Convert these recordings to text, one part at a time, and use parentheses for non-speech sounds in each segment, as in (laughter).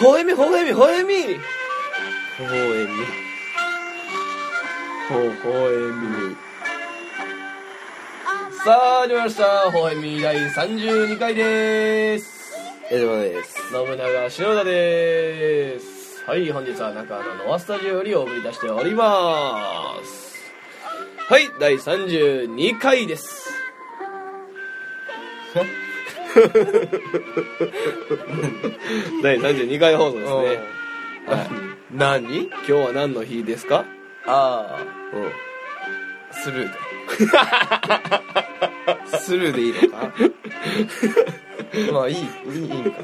ほえみ、ほえみ、ほえみ。ほえみ。ほ、ほえみ。さあ、始まりました。ほえみ第32回です。えどうもです。信長篠田です。はい、本日は中野のノアスタジオよりお送り出しております。はい、第32回です。 (laughs) 第32回放送ですね。はい、何今日は何の日ですかあうん。あ、スルー (laughs) で。スルーでいいのかまあいい、いいいいんか。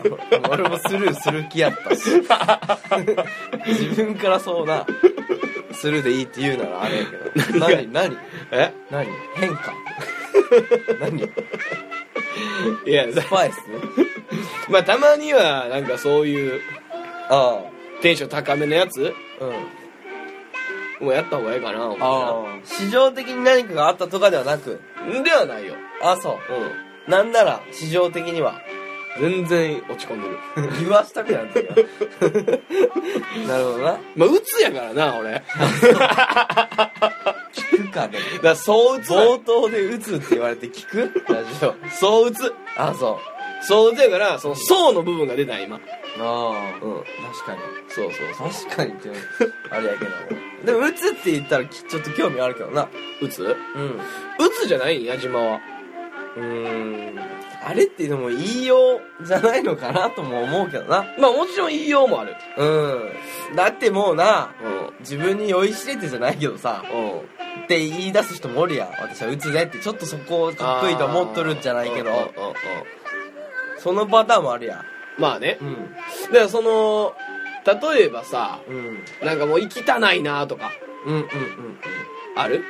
俺もスルーする気やったし。自分からそうな、スルーでいいって言うならあれやけど。何何え何変化何スいや、だパイス (laughs) まあたまにはなんかそういうあテンション高めのやつあ、うん。もやった方がいいかな、思ってなああ、市場的に何かがあったとかではなく、んではないよ。ああ、そうう。なんなら、市場的には、ん。全然落ち込んでる。言わしたくなるんだよ (laughs) なるほどなまあ、うつやからな、 (laughs) 俺。だか聞くかねら、そううつだ。冒頭で打つって言われて聞くラジオそううつ。あそうそううつやから、その、そうの部分が出た、今。ああうん。確かにそうそうそ確かにってあれやけどでも打つって言ったらきちょっと興味あるけどなう。うつううんうつじゃないん矢島は。ーんあれってでも言いようじゃないのかなとも思うけどなまあ、もちろん言いようもある。うんだってもうなうん。自分に酔いしれてじゃないけどさうん。って言い出す人もおるやん私は打つぜってちょっとそこをかっこいいと思っとるんじゃないけどうんうんうんうんそのパターンもあるやんまあね。うんだから、その、例えばさ、うんなんかもう、生きたないなとか、うんうんある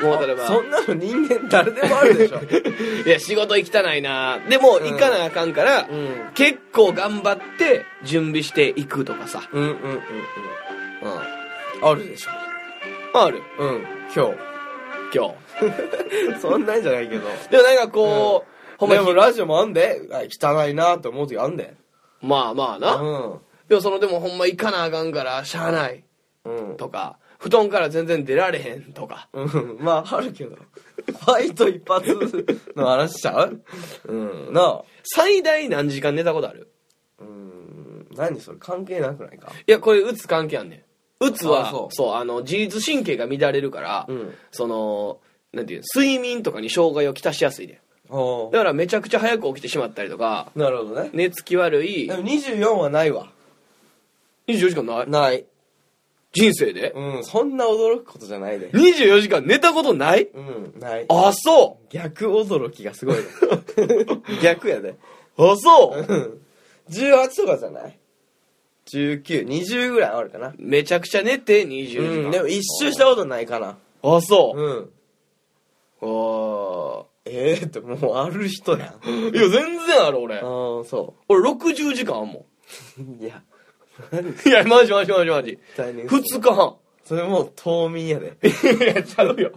うんもう、例えば。そんなの人間誰でもあるでしょいや、仕事行きたないなでも、行かなあかんから、ん結構頑張って、準備していくとかさ。うんうんうんうんあるでしょある、うん今今日。日そんなんじゃないけどでもなんかこう、ほでんまもに、ラジオもあんであ汚いなと思う時あんでまあまあな。うでもその、でもほんま行かなあかんから、しゃあないんうんとか、布団から全然出られへんとか。うんまああるけどファイト一発の話しちゃううんなあ最大何時間寝たことあるうん何それ関係なくないかいや、これ、うつ関係あんねん。うつは、あそそううあの、自律神経が乱れるから、んその、なんていうの睡眠とかに障害をきたしやすいねほん。だからめちゃくちゃ早く起きてしまったりとか、うなるほどね寝つき悪いで、も24はないわ24時間ないない人生で、うんそんな驚くことじゃないで ?24 時間寝たことないうんないあ、そ逆驚きがすごいね (laughs) 逆やでうあ、そううん18とかじゃない1920ぐらいあるかなめちゃくちゃ寝て20時間。うんでも一周したことないかなあ、そう。うんあええってもうある人 (laughs) やんあーいや、全然ある、俺。あそ俺、60時間あんもういやん。いや、マジマジマジマジ。大変2日半。それもう冬眠やでいや、ちゃうよ。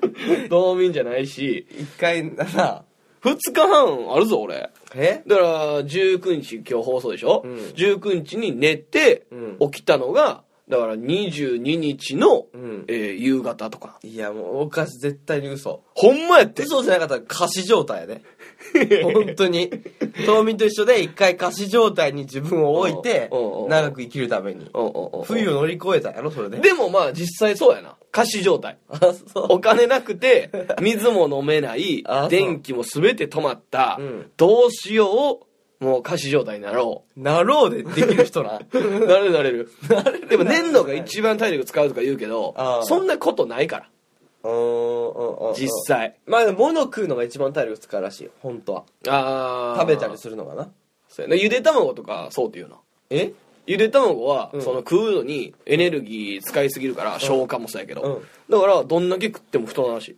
(laughs) 道民じゃないし、一回なさ2日半あるぞ、俺。えだから、19日、今日放送でしょ、うん ?19 日に寝てうん、起きたのが、だから22日の、うんえー夕方とか。いやもうおかし絶対に嘘ほんまやって。嘘じゃなかったら仮死状態やで (laughs) 本当に冬眠と一緒で一回仮死状態に自分を置いてうんうんうん長く生きるためにうんうんうんうん冬を乗り越えたんやろそれででもまあ実際そうやな。貸し状態。あそ (laughs) お金なくて、水も飲めないあそ、う電気も全て止まった、うんどうしよう、もう貸し状態になろうなろうでできる人 (laughs) なう。なれるなれる。でも寝んのが一番体力使うとか言うけどあ、あそんなことないから、実実際。まあでも物食うのが一番体力使うらしい本当はああ。食べたりするのかなそうやなゆで卵とかそうっていうな。えゆで卵は、うんその食うのにエネルギー使いすぎるから、消化もそうやけど、だからどんだけ食っても太らんし。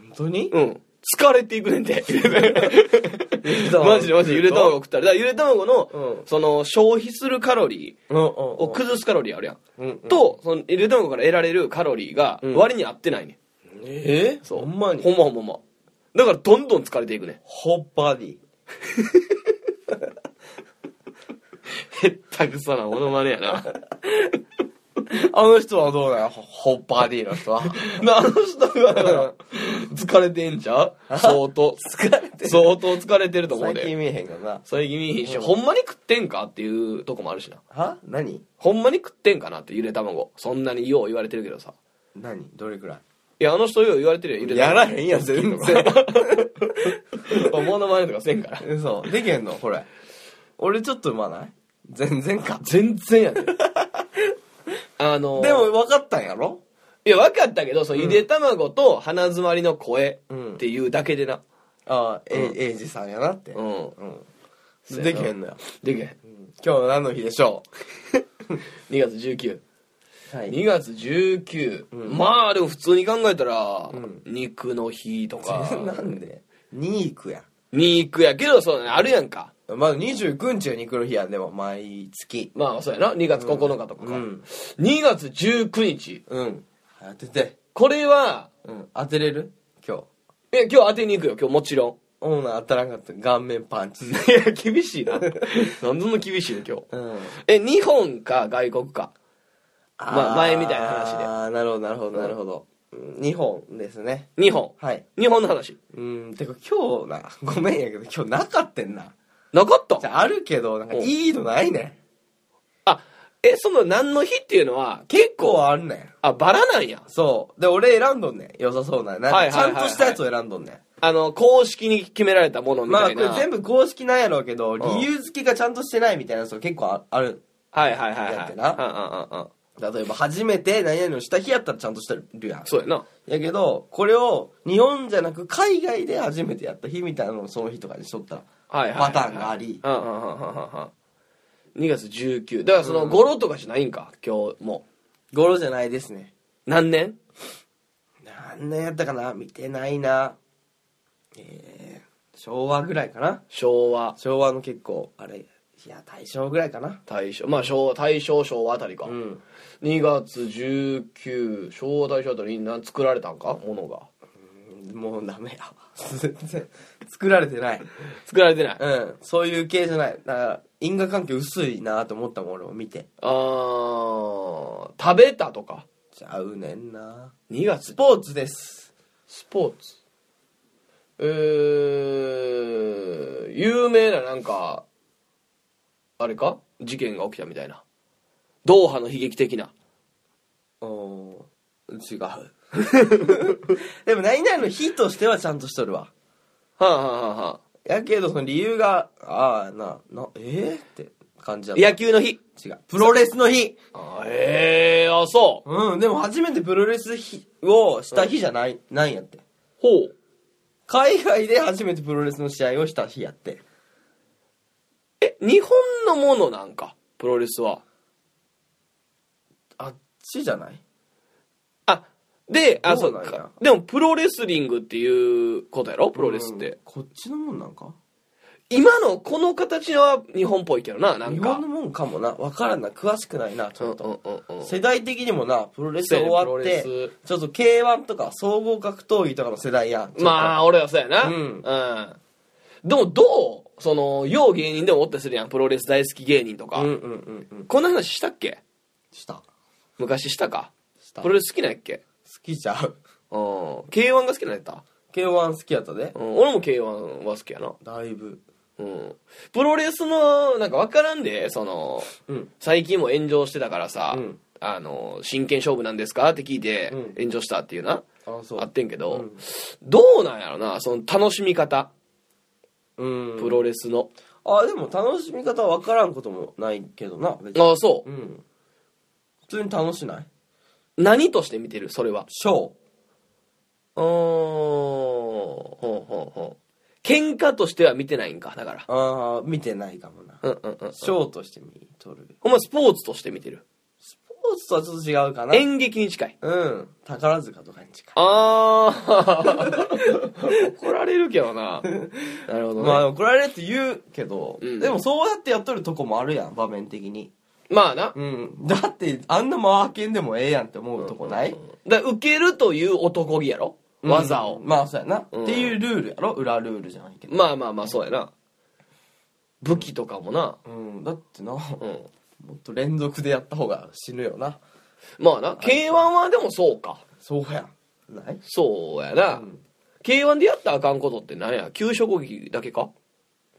本当にうん。疲れていくねんて。ママジジででママジジででゆゆでで卵卵食ったらだからゆで卵の、うんその消費するカロリうんうんーを崩すカロリーあるやん、うんうんとそのゆで卵から得られるカロリーがうん割に合ってないね、えそうほんまにほんまほんまほんまだからどんどん疲れていくねホッバディへったくそなモノマネやな。あの人はどうなのホホッパー D の人 (laughs) は。 (laughs) なあの人がだから、疲れてんちゃう相当。疲れてる相当疲れてると思う最近で。見えへんからな。最近見えへんし、ほんまに食ってんかっていうとこもあるしな。は何ほんまに食ってんかなってゆで卵。そんなによう言われてるけどさ。何どれくらいいや、あの人よう言われてるよ、ゆでや卵。らへんやん、全然。モノマネとかせんから。嘘。でけんのこれ。俺ちょっとうまない全然か。全然やで。あのー (laughs) でも分かったんやろいや、分かったけど、そのゆで卵と鼻詰まりの声うんっていうだけでな。ああ、えう、エイジさんやなって。うんうん。でけへんのよ。でけ今日何の日でしょ2月19。う (laughs) は2月19、まあでも普通に考えたら、肉の日とか (laughs) なんで2行くや肉やけどそうだねあるやんかん。まだ29日は肉の日やん、でも毎月。まあそうやな2月9日とかか、うん2月19日うん。当てて。これはうん。当てれる今日。え今日当てに行くよ今日もちろオーナー当たらんかった。顔面パンチ。んい (laughs) や厳しい (laughs) ななんでそんな厳しいの今日うん。え日本か外国かまあ前みたいな話でああ、なるほど、なるほど、なるほど。2本ですね。日本はい。日本の話うん、てか今日な、ごめんやけど、今日なかったんな。なかっじたゃああるけど、なんかうんいいのないねん。あえその何の日っていうのは結結構構あんねん。あバラなんやそう。で、俺選んどんねん。良さそうな。なんはいかちはいはいはゃんいとしたやつを選んどんねん。あの公式に決められたものみまたあ、いこな、れ全部公式なんやろうけど、理由付けがちゃんとしてないみたいなやつが結構あある。はいはいはいはい。やってなうんうんうんうん。例えば、初めて何々をした日やったらちゃんとしてるやん。そうやな。やけど、これを日本じゃなく海外で初めてやった日みたいなのをその日とかにしとったら、はいはいはいはい。パターンがありうんうんうんうんうんうん。2月19。だからその語呂とかじゃないんか、今日も。ゴロじゃないですね。何年何年やったかな見てないな。えー、昭和ぐらいかな昭和、昭和の結構、あれ、いや、大正ぐらいかな。大正、まあ昭和、大正、昭和あたりか。うん。 2月19、昭和大正あたりに何作られたんかものが。もうダメやわ。 (laughs) 全然、作られてない。作られてない。あうん、そういう系じゃない。だから、因果関係薄いなと思ったもん、俺を見て。ー、食べたとか。ちゃうねんな2月、スポーツです。スポーツ。えー、有名ななんか、あれか事件が起きたみたいな。ドーハの悲劇的な。おー違う。 (laughs) でも、何々の日としてはちゃんとしとるわ。はあ、はあはあはやけど、その理由が、ああ、な、な、えー、って感じだあ、った。野球の日。違う。プロレスの日あええあ、そう。うん、でも初めてプロレス日をした日じゃない、ないんやって。ほう。海外で初めてプロレスの試合をした日やって。え、日本のものなんか、プロレスは。あっちじゃないあ、で、あ、そそううなんやか。でも、プロレスリングっていうことやろプロレスっうんて。こっちのもんなんか今のこの形は日本っぽいけどな、なん日か。本のもんかもな。わからんな。詳しくないな、ちょっと。うんうんうんうん。世代的にもな、プロレス終わっそうやねプロレて、ちょっと K1 とか総合格闘技とかの世代やん。まあ、俺はそうやな。ううんん。でも、どうその、よう芸人でもおったりするやん。プロレス大好き芸人とあか。うんうんうんうん。こんな話したっけした。昔したか。した。プロレス好きなんやっけ好きちゃ (laughs) うう。ん。K1 が好きなんやった、 K1 好きやったで。うん、俺も K1 は好きやな。だいぶ。うん。プロレスの、なんかわからんで、その、うん。最近も炎上してたからさ、うんあの、真剣勝負なんですかって聞いてうん、炎上したっていうな。あ、そう。あってんけど、うんどうなんやろな、その楽しみ方。うん。プロレスの。あでも楽しみ方は分からんこともないけどな別にああ、そうう。ん普通に楽しない何として見てるそれは。ショーうーんほうほうほう喧嘩としては見てないんかだからああ見てないかもなうんうんうんショーとして見とるお前スポーツとして見てるスポーツとはちょっと違うかな演劇に近いうん宝塚とかに近いあー (laughs) 怒られるけどななるほどねまあ怒られるって言うけど、うんでもそうやってやっとるとこもあるやん場面的にまあなうんだってあんなマーケンでもええやんって思うとこない、だから受けるという男気やろ技をうんまあそうやな、うんっていうルールやろ裏ルールじゃないけどまあまあまあそうやな武器とかもな、うんだってなもうん、っと連続でやった方が死ぬよなまあな k 1はでもそうかそうやんないそうやな、うん k 1でやったらあかんことって何や給食劇だけか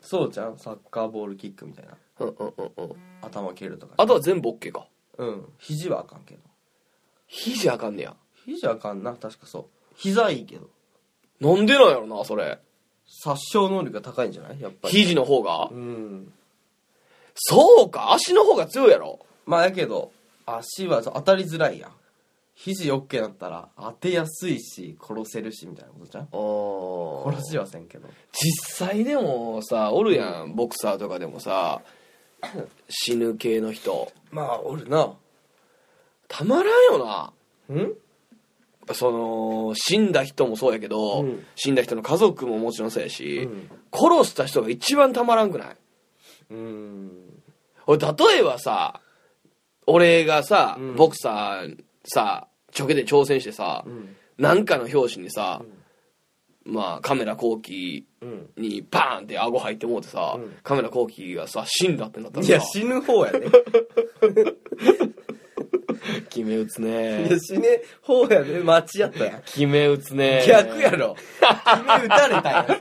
そうじゃんサッカーボールキックみたいなうんうんうんうん頭蹴るとかあとは全部 OK かうん肘はあかんけど肘あかんねや肘あかんな確かそう膝いいけどなんでなんやろなそれ殺傷能力が高いんじゃないやっぱり肘の方がうんそうか足の方が強いやろまあやけど足はそう当たりづらいやん肘 OK だったら当てやすいし殺せるしみたいなことじゃんあ殺しはせんけど実際でもさおるやんボクサーとかでも (laughs) さ死ぬ系の人まあおるなたまらんよなうんその死んだ人もそうやけど、うん死んだ人の家族ももちろんそうやし、うん殺した人が一番たまらんくないうん俺例えばさ俺がさ、うんボクサーさちょけで挑戦してさ、うんなんかの表紙にさ、まあカメラ後期うんにバーンって顎入ってもうてさ、うんカメラ後期がさ死んだってなったらいさや死ぬ方やね決め打ついねや死ぬ方やね待ちやったやん決め打つね逆やろ君打たれたやんさ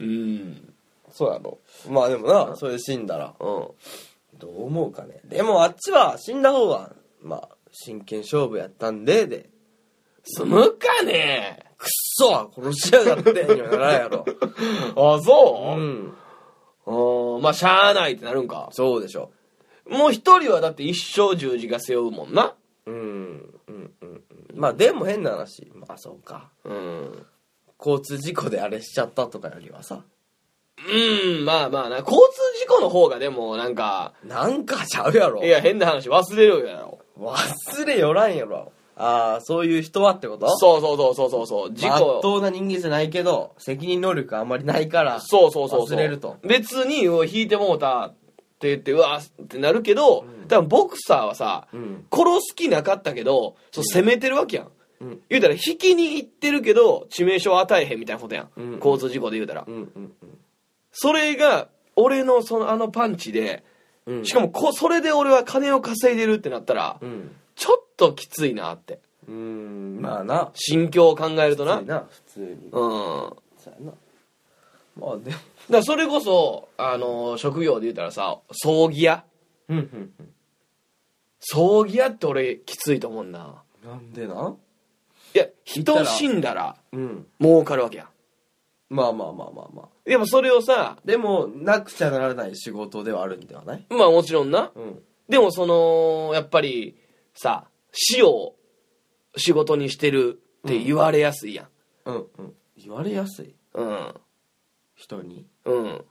うんそうやろまあでもなそれで死んだらうんどう思うかねでもあっちは死んだ方はまあ真剣勝負やったんでで済むかねくっそ殺しやがってにはならんやろ (laughs) あそううんうんまあしゃあないってなるんかそうでしょもう一人はだって一生十字が背負うもんなうんうんうんうんまあでも変な話まあそうかうん交通事故であれしちゃったとかよりはさうんまあまあな交通事故の方がでもなんかなんかちゃうやろいや変な話忘れるやろ忘れよらんやろああそういう人はってことそうそうそうそうそうそう事まあ真っ故当な人間じゃないけど責任能力あんまりないからそうそうそうそう忘れると別にうわ引いてもうたって言ってうわってなるけど、多分ボクサーはさ、うん殺す気なかったけどそう攻めてるわけやん、うん言うたら引きに行ってるけど致命傷与えへんみたいなことやん、うん交通事故で言うたら、うんうんそれが俺のそのあのパンチでうんうんしかもこそれで俺は金を稼いでるってなったら、うんちょっときついなってうんまあな心境を考えると普な通にな普通にうんそうやなまあでもだからそれこそ、あのー職業で言ったらさ葬儀屋うんうん葬儀屋って俺きついと思うんなうんなんでないや人死んだらうん儲かるわけやまあまあまあまあまあんやっぱそれをさでもなくちゃならない仕事ではあるんではないまあもちろんなうんでもそのやっぱりさ死を仕事にしてるって言われやすいやんうんうん言われやすいうん人にうん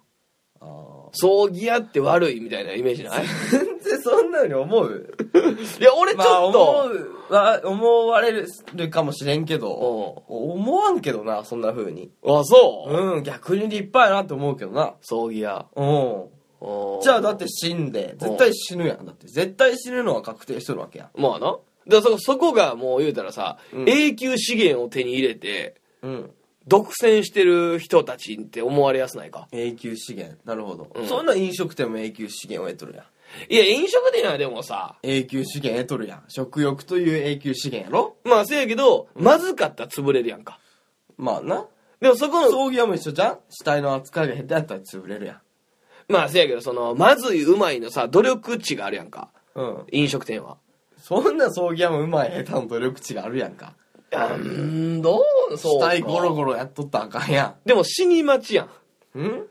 ああ葬儀屋って悪いみたいなイメージない全然そんなに思ういや俺ちょまっあ思と、うは思われるかもしれんけどう思わんけどなそんな風にんあそう、うん逆に立派やなって思うけどな葬儀屋うんうんじゃあだって死んで絶対死ぬやんだって絶対死ぬのは確定しとるわけやまあな。だからそこそこがもう言うたらさ、うん永久資源を手に入れて、うん独占してる人たちって思われやすないか。永久資源なるほど、うんそんな飲食店も永久資源を得とるやんいや、飲食店はでもさ、永久資源得とるやん食欲という永久資源やろまあせやけど、まずかったら潰れるやんか。まあなでもそこの、葬儀屋も一緒じゃん死体の扱いが下手やったら潰れるやんまあせやけど、その、まずいうまいのさ、努力値があるやんか。うん飲食店は。そんな葬儀屋もうまい下手の努力値があるやんかいやうーん、どうそ死うか。体ゴロゴロやっとったらあかんやでも死に待ちやん。んん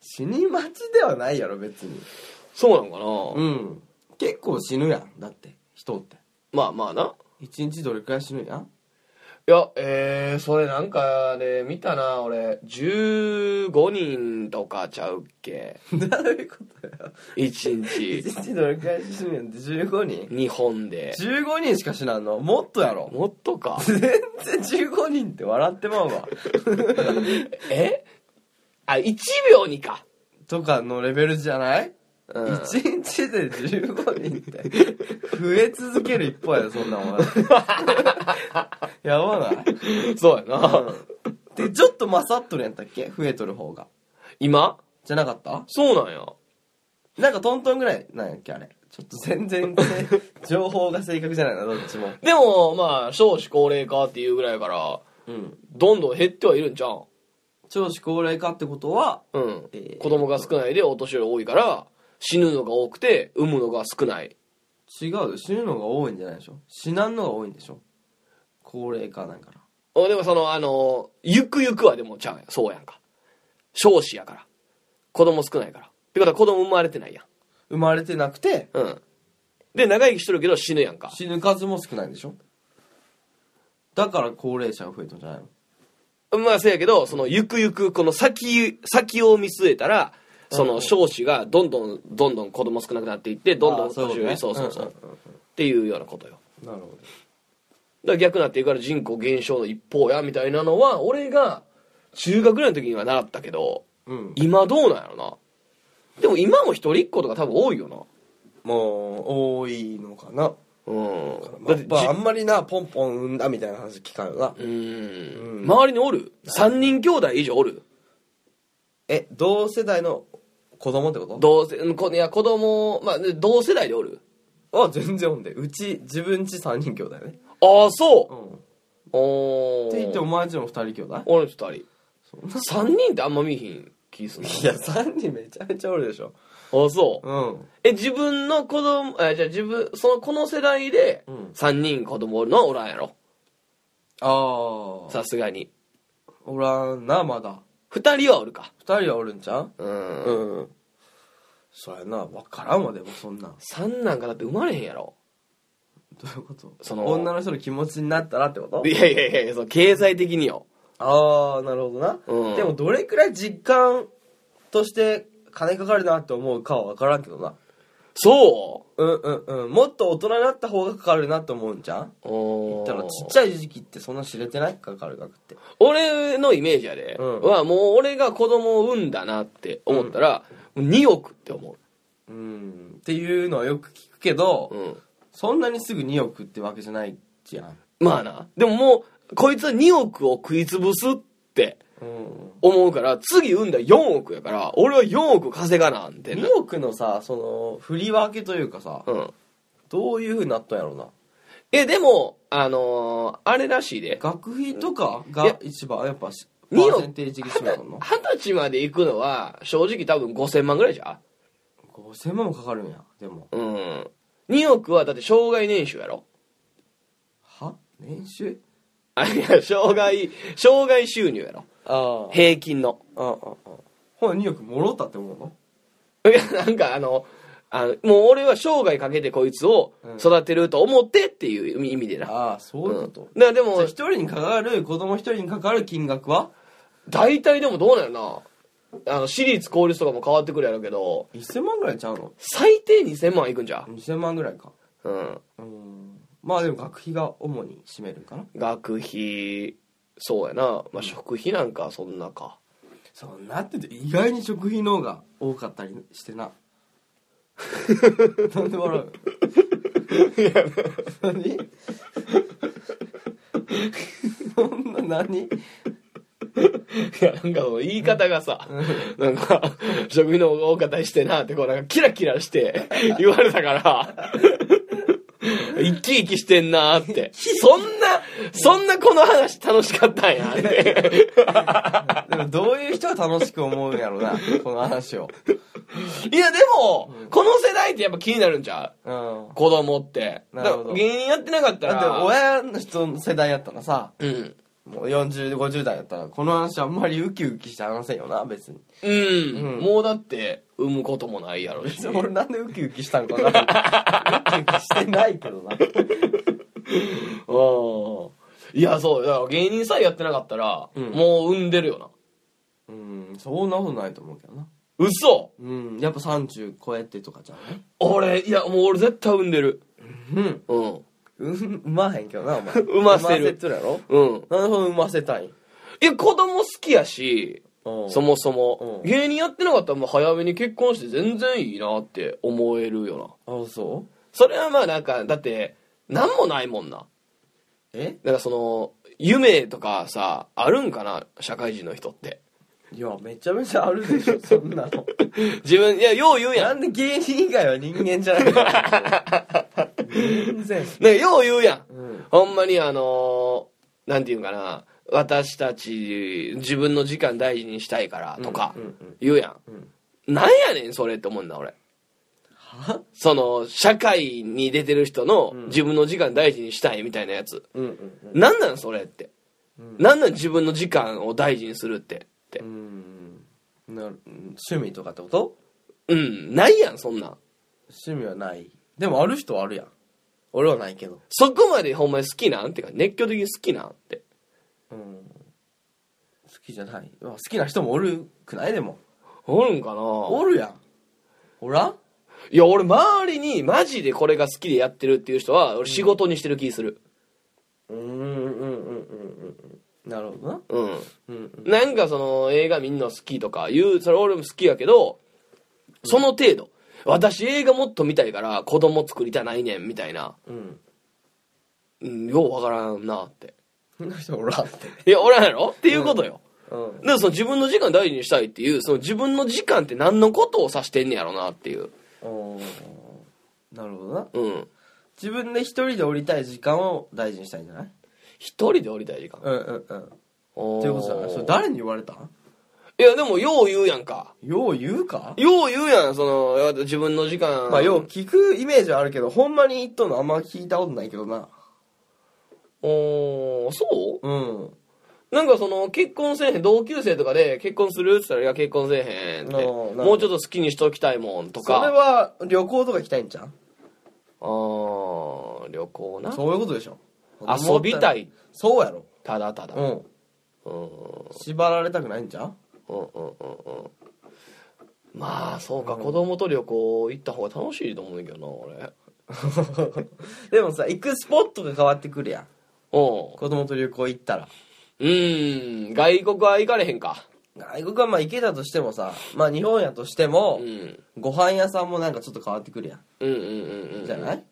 死に待ちではないやろ別にそうなんかな、うん結構死ぬやんだって人ってまあまあな。一日どれくらい死ぬやんいや、えー、それなんかで見たな、俺、15人とかちゃうっけ。 (laughs) どういうことや1一 (laughs) 日、日どれくらい死ぬやんって15人日本で。 15人しか死なんのもっとやろもっとか。全然15人って笑ってまうわ (laughs) えあ、1秒にか。とかのレベルじゃない、う一ん、 1日で15人って増え続ける一方やでそんなもんやばない、そうやな。でちょっと勝っとるやったっけ増えとる方が今じゃなかったそうなんや。なんかトントンぐらいなんやっけあれちょっと全然ね情報が正確じゃないなどっちもでも、まあ、少子高齢化っていうぐらいやから、うんどんどん減ってはいるんじゃん。少子高齢化ってことはうん。えー子供が少ないでお年寄り多いから、死ぬのが多くて、産むのが少ない。違うよ死ぬのが多いんじゃないでしょ死なんのが多いんでしょ高齢化なんからおでもその、あの、ゆくゆくはでもちゃうやん。そうやんか。少子やから。子供少ないから。ってことは子供生まれてないやん。生まれてなくてうん。で、長生きしとるけど死ぬやんか。死ぬ数も少ないんでしょだから高齢者が増えたんじゃないのまあ、せやけど、その、ゆくゆく、この先、先を見据えたら、その、少子がどんどん、どんどん子供少なくなっていって、どんどんあーそういう年こと寄ねり、そうそうそう。うんうんっていうようなことよ。なるほどだから逆になっていくから人口減少の一方やみたいなのは俺が中学ぐらいの時には習ったけどうん今どうなんやろなでも今も一人っ子とか多分多いよなもう多いのかなうんまだってあじ、まあ、あんまりなポンポン産んだみたいな話聞かんよなうーんうん周りにおる3人兄弟以上おるえ同世代の子供ってこ同世うんこいや子供まあね同世代でおるとあ全然おんでうち自分ち3人兄弟ねああそううんっおて言っておお前んちも2人兄弟俺の人人3人ってあんま見えひん気するないや3人めちゃめちゃおるでしょああそううんえ自分の子供えじゃあ自分そのこの世代でうん3人子供おるのはおらんやろああさすがにおらんなまだ2人はおるか2人はおるんちゃううん、うんそうやな分からんわでもそんなん3なんかだって生まれへんやろどういうことその女の人の気持ちになったらってこといやいやいやいやその経済的によああなるほどな、うんでもどれくらい実感として金かかるなって思うかは分からんけどなそうんうんうんもっと大人になった方がかかるなって思うんじゃんうおだーからちっちゃい時期ってそんな知れてないかかる額って俺のイメージやで、うんはもう俺が子供を産んだなって思ったら、2億って思うんっていうのはよく聞くけど、う、うん、そんなにすぐ2億ってわけじゃないじゃんまあなでももうこいつは2億を食い潰すってうん思うから次産んだ4億やから俺は4億稼がなってな2億のさその振り分けというかさ、うんどういうふうになったんやろうなえでもあのーあれらしいで学費とかいがや一番やっぱしパ2億ーセンテージが占めたの二十歳まで行くのは正直多分5000万ぐらいじゃ5000万もかかるんやでもううん2億はだって障害年収やろは年収あいや障害障害収入やろああ平均の (laughs) あああほな2億もろったって思うのいやなんかあのあのもう俺は生涯かけてこいつを育てると思ってっていう意味でな、ああそううんいだうこと、からでじゃあも一人にかかる子供一人にかかる金額は大体でもどうなんやろなあの私立公立とかも変わってくるやろうけど1000万ぐらいちゃうの最低2000万いくんじゃ2000万ぐらいかううんうんまあでも学費が主に占めるんかな学費そうやな、まあ、食費なんかそんなかそんなってて意外に食費の方が多かったりしてな (laughs) なんで笑うの何そんな何いやなんかもう言い方がさ、なんか食費の方が多かったりしてなってこうなんかキラキラして (laughs) 言われたから生き生きしてんなーってそんなそんなこの話楽しかったんやってでもどういう人が楽しく思うんやろうなこの話を (laughs) いやでもこの世代ってやっぱ気になるんちゃうんう子供ってだなるほどから芸人やってなかっただらって親の人の世代やったらさうんもう4050代やったらこの話あんまりウキウキして話せんよな別にうん、うんもうだって産むこともないやろうし (laughs) 別に (laughs) 俺なんでウ (laughs) キウキしたんかなウキウキしてないけどなうんいやそうだから芸人さえやってなかったら、うんもう産んでるよなうんそんなことないと思うけどな嘘うんやっぱ30超えてとかじゃない俺いやもう俺絶対産んでるうんうんうん産まへんけどなお前産ませるてるやろうんなるほど産ませたいいや子供好きやしそもそもうん芸人やってなかったらもう早めに結婚して全然いいなって思えるよなあそうそれはまあなんかだって何もないもんなえだからその夢とかさあるんかな社会人の人っていやめちゃめちゃあるでしょそんなの自分、いや、よう言うやん。なんで芸人以外は人間じゃないから全然ね、よう言うやん。うんほんまにあのーなんていうんかな、私たち、自分の時間大事にしたいからとかうんうんうん、言うやん。うんなんやねん、それって思うんだ、俺。はその、社会に出てる人のん自分の時間大事にしたいみたいなやつ。うんうんなんなん、それって。うんなんなん、自分の時間を大事にするって。ってう。んな趣味とかってことうん、ないやん、そんなん。趣味はないでもある人はあるやん俺はないけどそこまでほんまに好きなんってか、熱狂的に好きなんって。うん好きじゃないまあ好きな人もおるくないでもおるんかなおるやんおらんいや、俺、周りにマジでこれが好きでやってるっていう人は、俺仕事にしてる気する。うんうんうんうんうんうんなるほどなうん。うんうんなんかその映画みんな好きとかいう、それ俺も好きやけど、その程度。私映画もっと見たいから子供作りたないねんみたいな。うんうん、ようわからんなって。そんな人おらんっていや、おらんやろっていうことよ。うんだからその自分の時間大事にしたいっていう、その自分の時間って何のことを指してんねやろなっていう。おーなるほどなうん。自分で一人で降りたい時間を大事にしたいんじゃない一人で降りたい時間。うんうんうんとということじゃないそれ誰に言われたいや、でもよう言うやんか。よう言うかよう言うやん、その、自分の時間。まあよう聞くイメージはあるけどほんまに言っとんのあんま聞いたことないけどなおーそううんなんかその結婚せえへん同級生とかで結婚するって言ったら「いや結婚せえへん」ってなるほどもうちょっと好きにしときたいもんとそれかは旅行とか行きたいんじゃんあー旅行なそういうことでしょ遊びたいそうやろただただうんうんうん縛られたくないんじゃんうんうんうんまあそうか子供と旅行行った方が楽しいと思うんだけどな俺 (laughs) でもさ行くスポットが変わってくるやんうん子供と旅行行ったらうーん外国は行かれへんか外国はまあ行けたとしてもさまあ日本やとしてもう、んご飯屋さんもなんかちょっと変わってくるやん、うんうんうんうんじゃない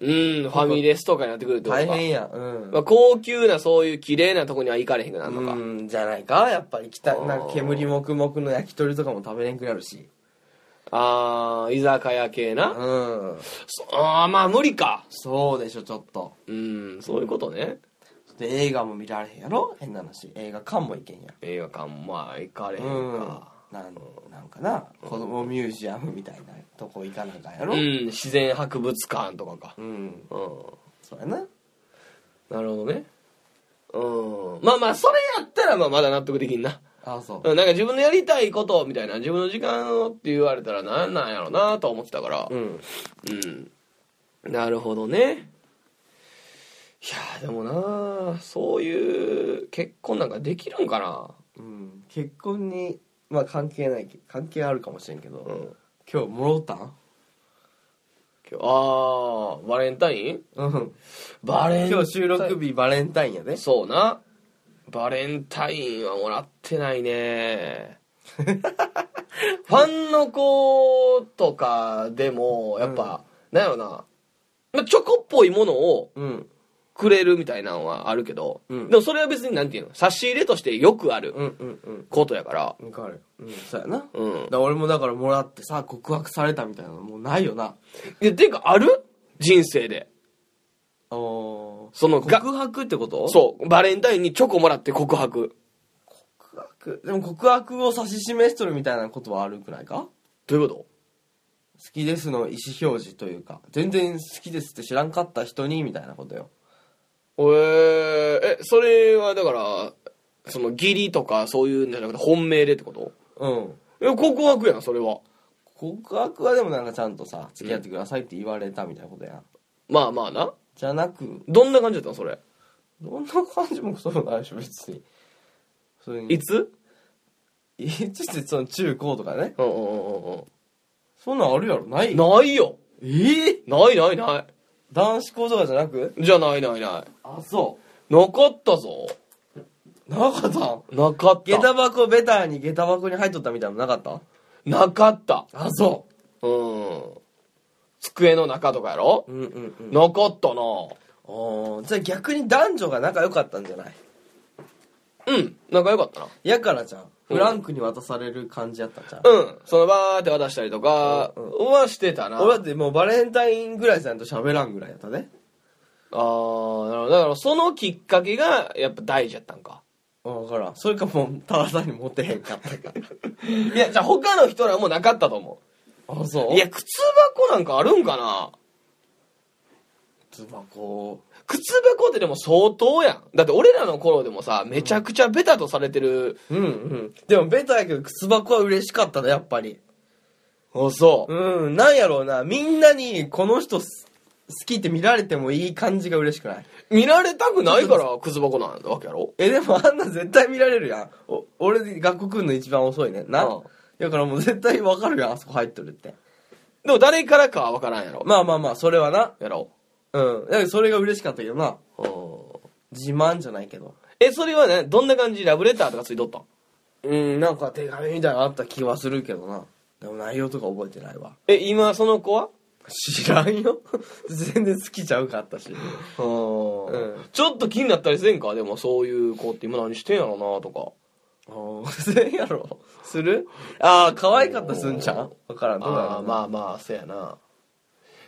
うんファミレスとかになってくるってこと大か変やんうん、まあ高級なそういう綺麗なとこには行かれへんくなるのかうんじゃないかやっぱりきたあーなんか煙もくもくの焼き鳥とかも食べれんくなるしあー居酒屋系な、うんそあーまあ無理かそうでしょちょっとうんそういうことねで映画も見られへんやろ変な話映画館も行けんや映画館まあ行かれへんうんかなんなんかな子供ミュージアムみたいなとこ行かなんかんやうろん、自然博物館とかかうんうそうやなんなるほどねうんまあまあそれやったらまあまだ納得できんなあそううんなんか自分のやりたいことみたいな自分の時間をって言われたらなんなんやろうなとは思ってたからうんうん、なるほどねいやーでもなそういう結婚なんかできるんかなうん結婚にまあ関係ないけ関係あるかもしれんけど、うん今日もろうたん今日ああバレンタインうんバレンタイン今日収録日バレンタインやでそうなバレンタインはもらってない (laughs) ねファンの子とかでもやっぱ、なんやろな、まあ、チョコっぽいものをうんくれるみたいなのはあるけど、うんでもそれは別になんていうの差し入れとしてよくあるうんうんうんことやからわかるうんそうやな、だかうんら俺もだからもらってさ告白されたみたいなのもうないよないやていうかある人生でおそのが告白ってことそうバレンタインにチョコもらって告白告白でも告白を指し示しとるみたいなことはあるくないかどういうこ好きですの意思表示というか全然好きですって知らんかった人にみたいなことよとえー、えそれはだからその義理とかそういうんじゃなくて本命でってことうんえ告白やんそれは告白はでもなんかちゃんとさ付き合ってくださいって言われたみたいなことやん、まあまあなじゃなくどんな感じだったのそれどんな感じもそういうのないでしょ別にそれにいついつってその中高とかねうんうんうんうんそんなんあるやろないうんないよえーないないな男子校とかじゃなくいじゃないないなあそいなかったぞうなかったなかっ下た駄箱ベターに下駄箱に入っとったみたいなのなかったなかったあそうん机の中とかやろううんうんうんなかったなおーじゃあ逆に男女が仲良かったんじゃないうん仲良かったなやからじゃんフランクに渡される感じやったじゃん。うん。そのバーって渡したりとかうんはしてたな。俺だってもうバレンタインぐらいじゃんと喋らんぐらいやったね。ああ、なるほど。だからそのきっかけがやっぱ大事やったんか。わからん。それかもう、ただ単にモテへんかったか。いや、じゃあ他の人らもなかったと思。(laughs) あ、そうういいや、、靴箱なんかあるんかなつばこ。靴箱ってでも相当やん。だって俺らの頃でもさ、めちゃくちゃベタとされてる。うんうん。でもベタやけど、靴箱は嬉しかったね、やっぱり。あ、そう。うん、なんやろうな。みんなに、この人す好きって見られてもいい感じが嬉しくない見られたくないから靴箱なんだわけやろえ、でもあんな絶対見られるやん。お俺、学校来んの一番遅いねんな。うんだからもう絶対わかるやん、あそこ入っとるって。でも誰からかはわからんやろ。まあまあまあ、それはな。やろうん。だからそれが嬉しかったけどな。う。うん自慢じゃないけど。え、それはね、どんな感じラブレターとかついとったんうん、なんか手紙みたいなのあった気はするけどな。でも内容とか覚えてないわ。え、今その子は知らんよ。 (laughs) 全然好きちゃうかった (laughs) し。うんちょっと気になったりせんかでもそういう子って今何してんやろなとか。あせんやろ。するああ、可愛かったすんちゃんわからん。どうだろうなあまあ、そうやな。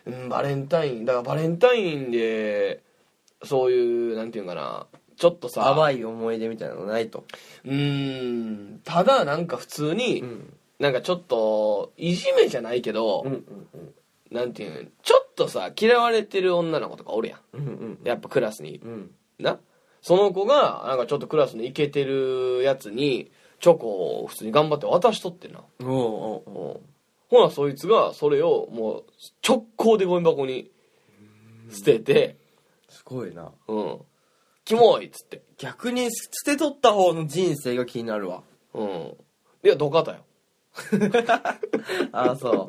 うん、バレンタイン、だからバレンタインで、そういう、なんていうんかな、ちょっとさ、甘い思い出みたいなのないと。うん、ただなんか普通に、ん。なんかちょっと、いじめじゃないけど、うんうんなんていうん、ちょっとさ、嫌われてる女の子とかおるやうん。うんん。やっぱクラスにう。ん。うん。な。その子が、なんかちょっとクラスのイケてるやつに、チョコを普通に頑張って渡しとってんな。おうおうおうほなそいつがそれをもう直行でゴミ箱に捨ててすごいな。うんキモいっつって逆に捨てとった方の人生が気になるわ。うんいやどかたよああ、そ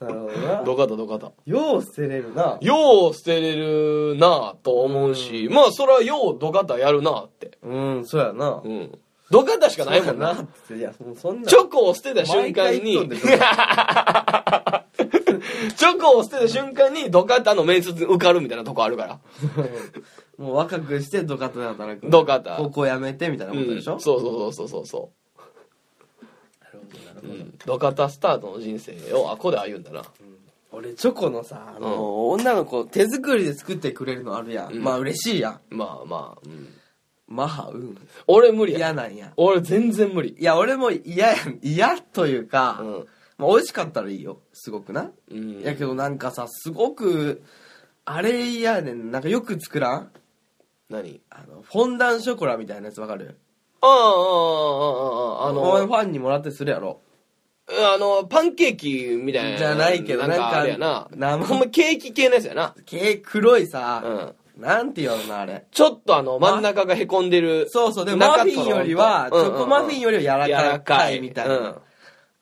う。なるほどな。どかたどかたよう捨てれるな。よう捨てれるなぁと思うし、まあそれはようどかたやるなぁってうん、そうやな。うんどかたしかないもんなそうやって。いや、もうそんな。チョコを捨てた瞬間毎回言っとんにでチョコを捨てた瞬間にどかたの面接に受かるみたいなとこあるからもう若くしてドカッとで働く。ドカッと高校辞めてみたいなことでしょ、うんそうそうそうそうそうなるほど、なるほうど。んドカタスタートの人生をあこで歩んだな俺、チョコのさ、あの、女の子、手作りで作ってくれるのあるやん。うんまあ、嬉しいやん。まあまあ、うん、マハ、うん。俺無理や嫌なんや。俺全然無理いや、俺も嫌やん。嫌というか、うんまあ、美味しかったらいいよ。すごくな。うんやけどなんかさ、すごく、あれ嫌やねん。なんかよく作らん何あの、フォンダンショコラみたいなやつわかるああああああああああの、お前フのァンにもらってするやろ。あのパンケーキみたいなじゃないけなどんなんかかあれやな生ほんまケーキ系のやつやな毛黒いさ、うなんて言うのな、あれ。ちょっとあの真ん中がへこんでるそうそう、でもマ中フとィンよりは、チうんうんうんョコマフィンよりは柔らかいみたい柔らなか。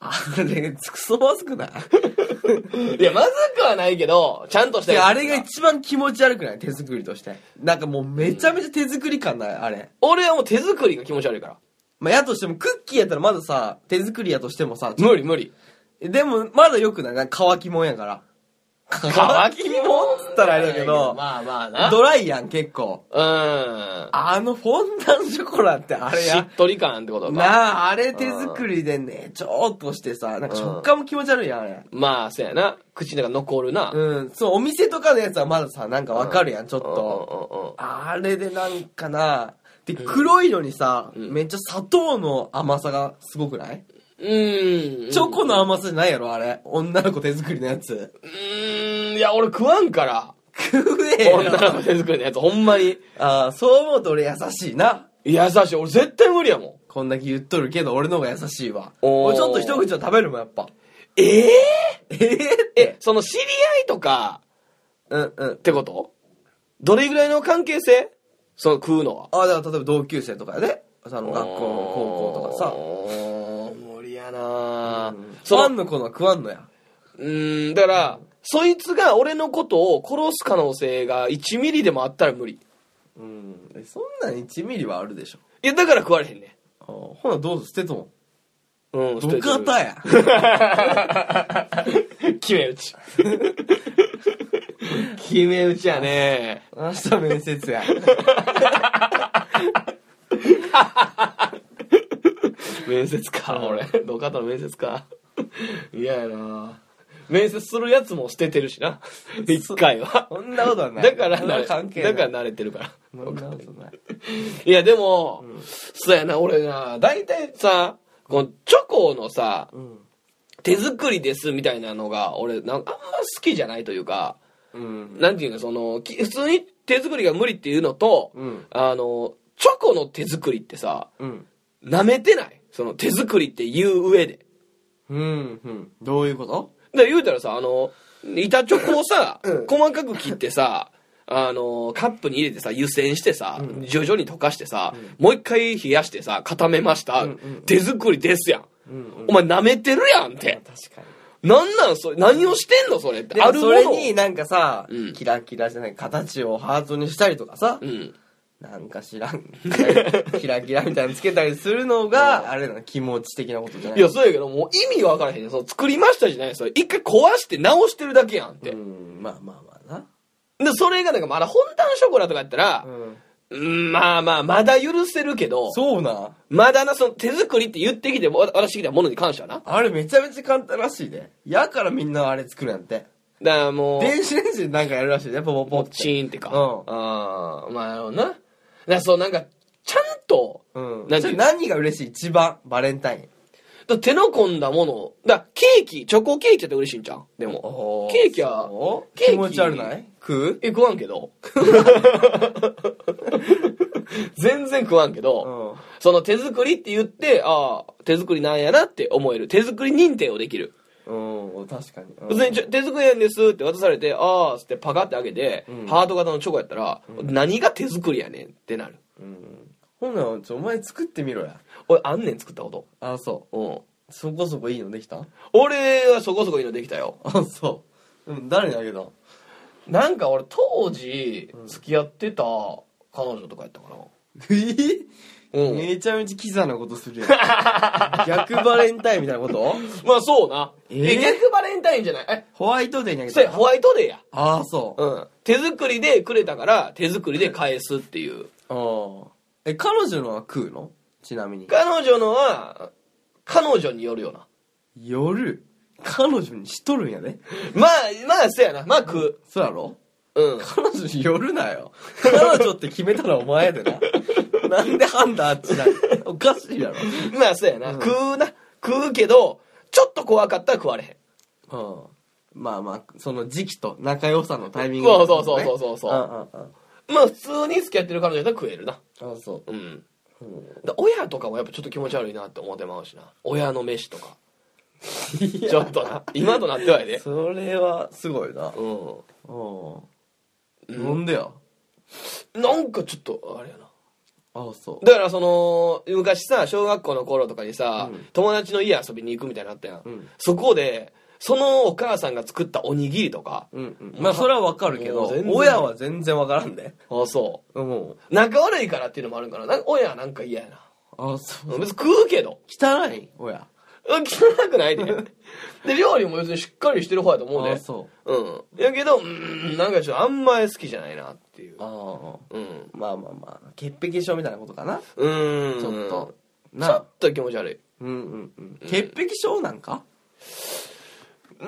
あれ、くそまずく (laughs) ない (laughs) いやまずくはないけどちゃんとしいたややつあれが一番気持ち悪くない手作りとして。なんかもうめちゃめちゃ手作り感ない、あれ。俺はもう手作りが気持ち悪いからまあ、やとしても、クッキーやったらまださ、手作りやとしてもさ、無理無理でも、まだ良くないなんか乾きもんやから。乾きもんっつったらあれやけど、まあまあなドライやん、結構。うんあのフォンダンショコラってあれしっや。とり感ってことかなあ、あれ手作りでね、ちょーっとしてさ、なんか食感も気持ち悪いやん、あれ。まあそうやな口の中残るな、うん、そう、お店とかのやつはまださ、なんかわかるやん、ちょっと。うんうんうんあれでなんかな、で、黒いのにさ、んめっちゃ砂糖の甘さがすごくない、うんチョコの甘さじゃないやろ、あれ。女の子手作りのやつ。うーんいや俺食わんから食えよ女。の子手作りのやつほんまにああ、そう思うと俺優しいな。優しい俺絶対無理やもんこんだけ言っとるけど、俺の方が優しいわ。おー俺ちょっと一口は食べるもん、やっぱ。えええー、えその知り合いとかうんうんっ。てことどれぐらいの関係性その食うのはああ、だから例えば同級生とかやで。その学校の高校とかさ。おー無理やな、うんフそァのンの子のは食わんのや。うーんだからそいつが俺のことを殺す可能性が1ミリでもあったら無理うん。えそんなん1ミリはあるでしょ。いやだから食われへんねんあほな、どうぞ捨てとん。うん、どかたや。決め打ち。決め打ちやね。明日面 (laughs) 接や。面接か、俺。土方の面接か。嫌やな面接するやつも捨ててるしな。一回は。そんなことはないだからそんな慣れ、関係だないから慣れてるから。そんなことないいや、でも、そうやな、俺な、大体さ、このチョコのさ、うん手作りですみたいなのが、俺、なんかあんま好きじゃないというか、うんなんていうの、その、き普通に手作りが無理っていうのと、うんあの、チョコの手作りってさ、うん舐めてないその手作りっていう上で。うんうんどういうことで言うたらさあの板チョコをさ、 (laughs) うん細かく切ってさあのカップに入れてさ湯煎してさ、徐々に溶かしてさ、もう一回冷やしてさ固めました、うんうん手作りですやん、うんうんお前舐めてるやんって確かになんなんそれ何をしてんのそれってでもあるもそのれをになんかさ、うんキラキラじゃない形をハートにしたりとかさ、うんなんか知らんキラキラみたいなのつけたりするのがあれなの気持ち的なことじゃないいやそうやけどもう意味わからへんねんその作りましたじゃないそれ一回壊して直してるだけやんって、うんまあまあまあなでそれがなんかまだ本単ショコラとかやったら、ううんんまあまあまだ許せるけどそうなんまだな、その手作りって言ってきて、わ私的なものに関してはな。だかあれめちゃめちゃ簡単らしいでやからみんなあれ作るやんってらもう、電子レンジでなんかやるらしいでポポポってチーンってか。うんああ、まあなるほどな。だからそう、なんか、ちゃんと、うんなんそていうれだか何が嬉しい一番バレンタインら手の込んだものを、だからケーキ、チョコケーキだって嬉しいんじゃん。でもお、ーケーキはそう、ケーキ気持ち悪ない食うえ、食わんけ (laughs) ど。全然食わんけど、うんその手作りって言って、ああ、手作りなんやなって思える。手作り認定をできる。うん確かに、うん普通にちょ手作りなんですって渡されて、あーっつってパカって開けて、うんハート型のチョコやったら、何が手作りやねんってなる。うんほんならちょお前作ってみろや俺、あんねん作ったこと。あそうん。うそこそこいいのでき (laughs) た俺はそこそこいいのできたよ。あそうでも誰にあげたのなんか俺、当時、付き合ってた彼女とかやったかな。 (laughs) えうん。めちゃめちゃキザなことする (laughs) やん逆バレンタインみたいなことまあそうな。ええー逆バレンタインじゃない。え、ホワイトデーにあげそたれホワイトデーや。ああそううん。手作りでくれたから、手作りで返すっていう。ああえ彼女のは食うのちなみに彼女のは、彼女によるよな。夜彼女にしとるんやでまあ、まあ、そうやな。まあ食そうやろう。うん。彼女によるなよ彼女って決めたらお前やでななんで判断あっちないおかしいやろまあそうやな、うん食うな食うけどちょっと怖かったら食われへんうんまあまあその時期と仲良さのタイミングそうそうそうそうそうそうああまあ普通に付き合ってる彼女だったら食えるなああそうんう、うんだ親とかもやっぱちょっと気持ち悪いなって思ってまうしな親の飯とかちょっとな今となってはやでそれはすごいなううんん飲んでよんなんかちょっとあれやなああそうだからその昔さ小学校の頃とかにさ、うん友達の家遊びに行くみたいなのあったやん、うんそこでそのお母さんが作ったおにぎりとかうんうん、まあそれはわかるけもどう全然親は全然わからんでああそうんう仲悪いからっていうのもあるんからなんか親はなんか嫌やなああそう別に食うけど汚い親うん汚く (laughs) ないで。で、料理も別にしっかりしてる方やと思うあね。そううん。やけど、うん、なんかちょっとあんまり好きじゃないなっていう。あうん。あまあまあまあ潔癖症みたいなことかなうーん。ちょっと。ちょなっと気持ち悪い。うんうんうん潔癖症なんか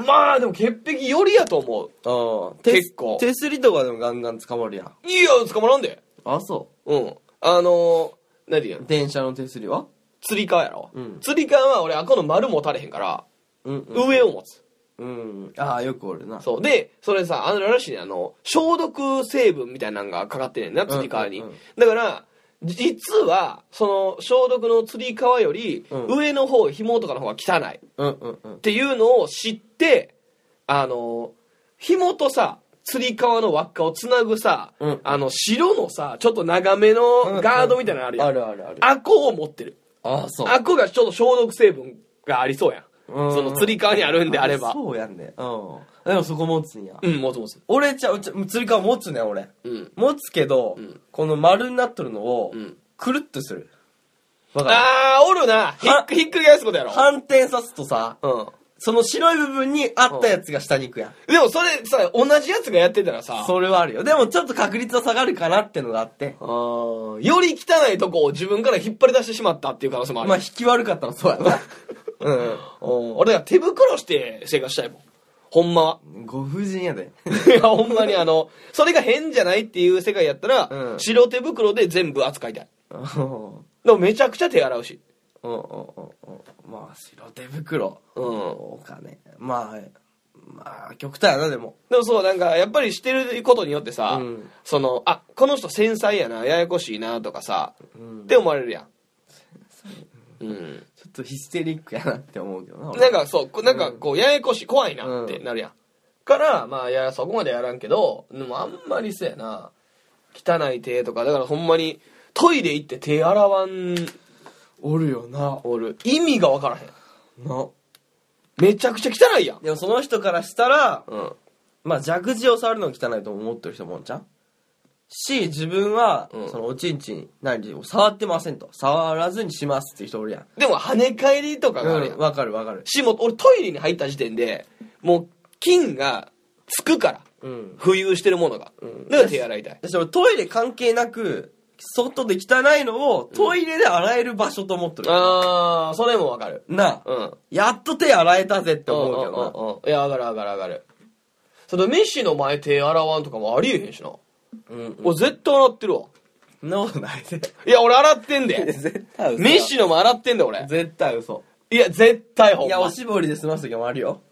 まあ、でも潔癖よりやと思う。ああ結構手すりとかでもガンガン捕まるやんいや、捕まらんで。あそうん。あのー、何て言ううの電車の手すりは釣り革やろ。うん釣り革は俺、あこの丸持たれへんから、うん上を持つ。うん、うん、ああよくおるなそう。で、それさ、あのらしいね、あの、消毒成分みたいなのがかかってんねんな、釣り革に。うんうんうんだから、実は、その、消毒の釣り革より、うん上の方、紐とかの方が汚い。っうんうんうんていうのを知って、あの、紐とさ、釣り革の輪っかをつなぐさ、うんあの、白のさ、ちょっと長めのガードみたいなのあるやん。あるあるあるあこを持ってる。ああそうあこがちょっと消毒成分がありそうやん。うんその釣り革にあるんであれば。そうやんねうんでもそこ持つんやうん、持つ持つ。俺ちゃうちゃ釣り革持つね俺うん。持つけどんこの丸になっとるのをうんくるっとするわかるあー、おるな。ひっはひっくり返すことやろ。反転さすとさうん。その白い部分にあったやつが下に行くやん。でもそれさ、同じやつがやってたらさ、それはあるよ。でもちょっと確率は下がるかなってのがあって。あーより汚いとこを自分から引っ張り出してしまったっていう可能性もある。まあ引き悪かったらそうや (laughs) な。うん。うん俺だから手袋して生活したいもん。ほんまは。ご婦人やで。 (laughs) (laughs) いや、ほんまにあの、それが変じゃないっていう世界やったら、うん白手袋で全部扱いたい。うんうんでもめちゃくちゃ手洗うし。うんうん。まあ白手袋。うんそうかね。まあ、まあ極端やなでも。でもそう、なんか、やっぱりしてることによってさ、うんその、あ、この人繊細やな、ややこしいな、とかさ、うんっ。て思われるやん。うん。ちょっとヒステリックやなって思うけどな。俺なんかそうこ、なんかこう、ややこしい、怖いなってうんなるやん。から、まあ、いや、そこまでやらんけど、でもあんまりそうやな、汚い手とか、だからほんまに、トイレ行って手洗わん、おるよな。おる。意味がわからへん。な。めちゃくちゃ汚いやん。でもその人からしたら、うん。まあ弱児を触るの汚いと思ってる人もおるじゃんし自分は、うんそのおちんちん何を触ってませんと触らずにしますっていう人おるやんでも、跳ね返りとかがあるや。うんんわかるわかるし、もう、俺トイレに入った時点で、もう、菌がつくから。うん浮遊してるものが。んだから手洗いたい。私俺トイレ関係なく外で汚いのをトイレで洗える場所と思ってる、あー、それもわかる。なあ、うん。やっと手洗えたぜって思うけどうんうんうんいや上がる上がる上がるそのメッシの前手洗わんとかもありえへんしな、なうん俺絶対洗ってるわそんなことないぜいや俺洗って (laughs) んで絶対嘘だメッシのも洗ってんで俺絶対嘘いや絶対ほんいまやおしぼりで済ます時もあるよ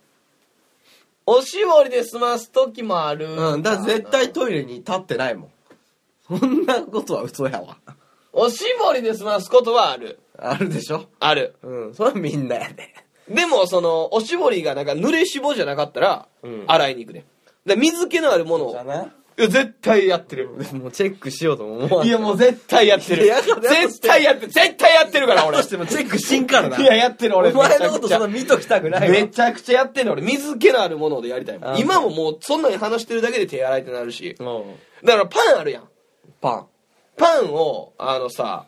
おしぼりで済ます時もあるうんだから絶対トイレに立ってないもんそんなことは嘘やわおしぼりで済ますことはあるあるでしょあるうん。それはみんなやで。でもそのおしぼりがなんか濡れしぼじゃなかったらうん洗いに行くで、だから水気のあるものをじゃないや絶対やってるもうチェックしようとも思わいやう。もう絶対やってるいやだとして絶対やってる絶対やってるからど俺 (laughs) うしてもチェックしんからな。いや、やってるお俺。前のことそんなめ見ときたくないわ。ちゃくちゃやってんの俺。水気のあるものでやりたいもんあ今ももう、そんなに話してるだけで手洗いってなるし。うんだからパンあるやん。パン。パンを、あのさ、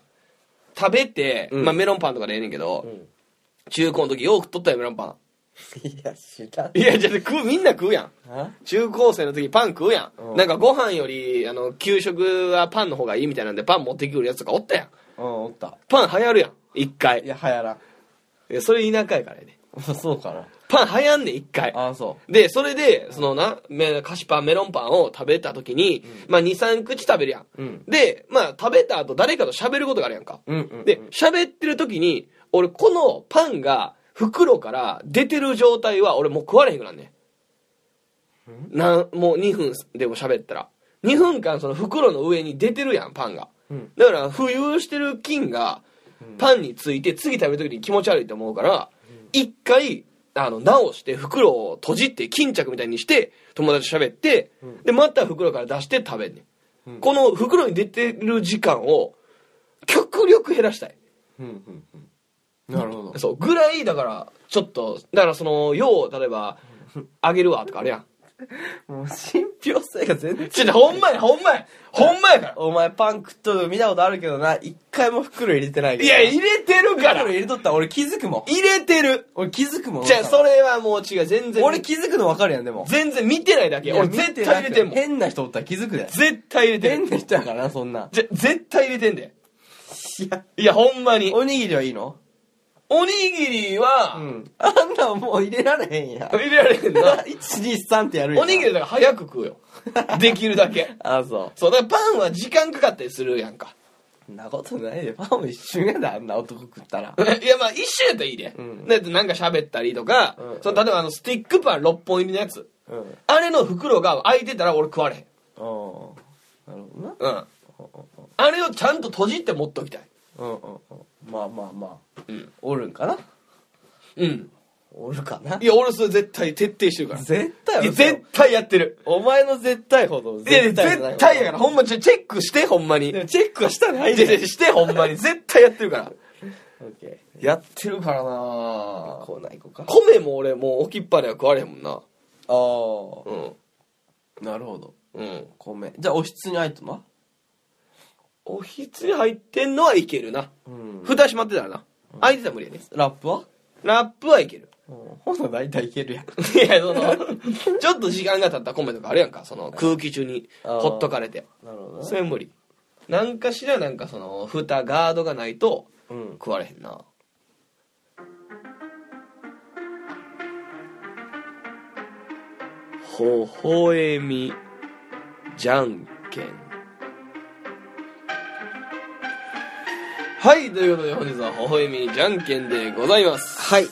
食べて、うんまあメロンパンとかでええねんけど、ん中高の時よく食っとったよ、メロンパいや、知らんン。いや、じゃあ食う、みんな食うやん。な。中高生の時パン食うやん。うんなんかご飯より、あの、給食はパンの方がいいみたいなんで、パン持ってくるやつとかおったやん。うん、おった。 (laughs) パン流行るやん。一回。いいやや、流行らん。それ田舎やからやね。そうかな。パン流行んねん、一回。ああ、そで、それで、そのな、め菓子パン、メロンパンを食べた時に、まあ、2、3口食べるやん。う。うん。で、まあ、食べた後、誰かと喋ることがあるやんか。うんうん。で、喋ってる時に、俺、このパンが、袋から出てる状態は、俺もう食われへんくなんねん。なん、もう2分でも喋ったら。2分間、その袋の上に出てるやん、パンが。うん。だから、浮遊してる菌が、パンについて、次食べる時に気持ち悪いと思うから、一回、あの、直して、袋を閉じて、巾着みたいにして、友達と喋って、で、また袋から出して食べんねん、うんこの袋に出てる時間を、極力減らしたい。うんうんうん。なるほど。そう、ぐらい、だから、ちょっと、だからその、よう、例えば、あげるわ、とかあるやん。もう、信憑性が全然。ちょ、ちょほんまや、ほんまや、ほんまやから。お前パン食っとる見たことあるけどな、一回も袋入れてないけいど。や、入れてるから。袋入れとったら俺気づくもん。入れてる。俺気づくもん。じゃあ、それはもう違う、全然。俺気づくの分かるやん、でも。全然見てないだけ。俺絶対入れてんもん。変な人おったら気づくで。絶対入れて変る。な人やからな、そんな。ぜ絶対入れてんで。いや、いや、ほんまに。おにぎりはいいのおにぎりうは、ん。あんなんもう入れられへんや。入れられへん (laughs) な。 123ってやるやん。おにぎりだから早く食うよ。できるだけ。あ、そそう、だからパンは時間かかったりするやんか。う。んなことないで。パンも一瞬やで、あんな男食ったら。 (laughs) いや、まあ、一瞬やったらいいで。うんだってなんか喋ったりとか、うんそう例えばあの、スティックパン6本入りのやつ。うん。うん。あれの袋が開いてたら俺食われへん。なるほどな。うん。あれをちゃんと閉じて持っときたい。うんうんうん。まあまあまあ。うん。おるんかなうん。おるかないや、俺それ絶対徹底してるから。絶対いや嘘絶対やってる。お前の絶対ほどいや、絶対やから、ほんんまに、ちょチェックして、ほんまに。いでやもチェックはしたないいやで。して、ほんまに。絶対やってるから。オッケー。やってるからなぁコーナー行こうか。米も俺、もう置きっぱでは食われへんもんな。あうん。あ。なるほど。うん。米じゃあおひつに入ったなおひつに入ってんのはいけるな。うん蓋閉まってたらな。開いてたら無理やね。ラップはラップはいける。うんほな大体いけるやん (laughs) いやそ (laughs) のちょっと時間が経った米とかあるやんかその空気中にほっとかれてなるほどそれ無理なんかしらなんかその蓋ガードがないとうん食われへんなほほえみじゃんけんはいということで本日はほほえみじゃんけんでございますはいうん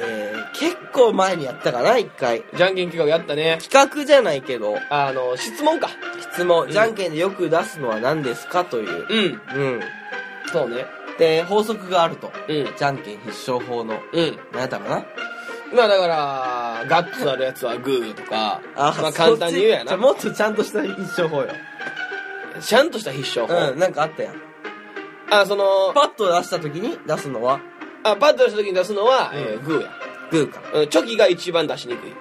えー結構前にやったかな一回じゃんけん企画やったね企画じゃないけどあの質問か質問、うんじゃんけんでよく出すのは何ですかといううんうんそうねで法則があるとうんじゃんけん必勝法のうん何やったかなまあだからガッツあるやつはグーとかまあそ簡っち単に言うやじゃなあもっとちゃんとした必勝法よちゃんとした必勝法、うんなんかあったやんあそのパッと出した時に出すのはあバット出した時に出すのは、うんえーグーや、グーかうん、チョキが一番出しにくい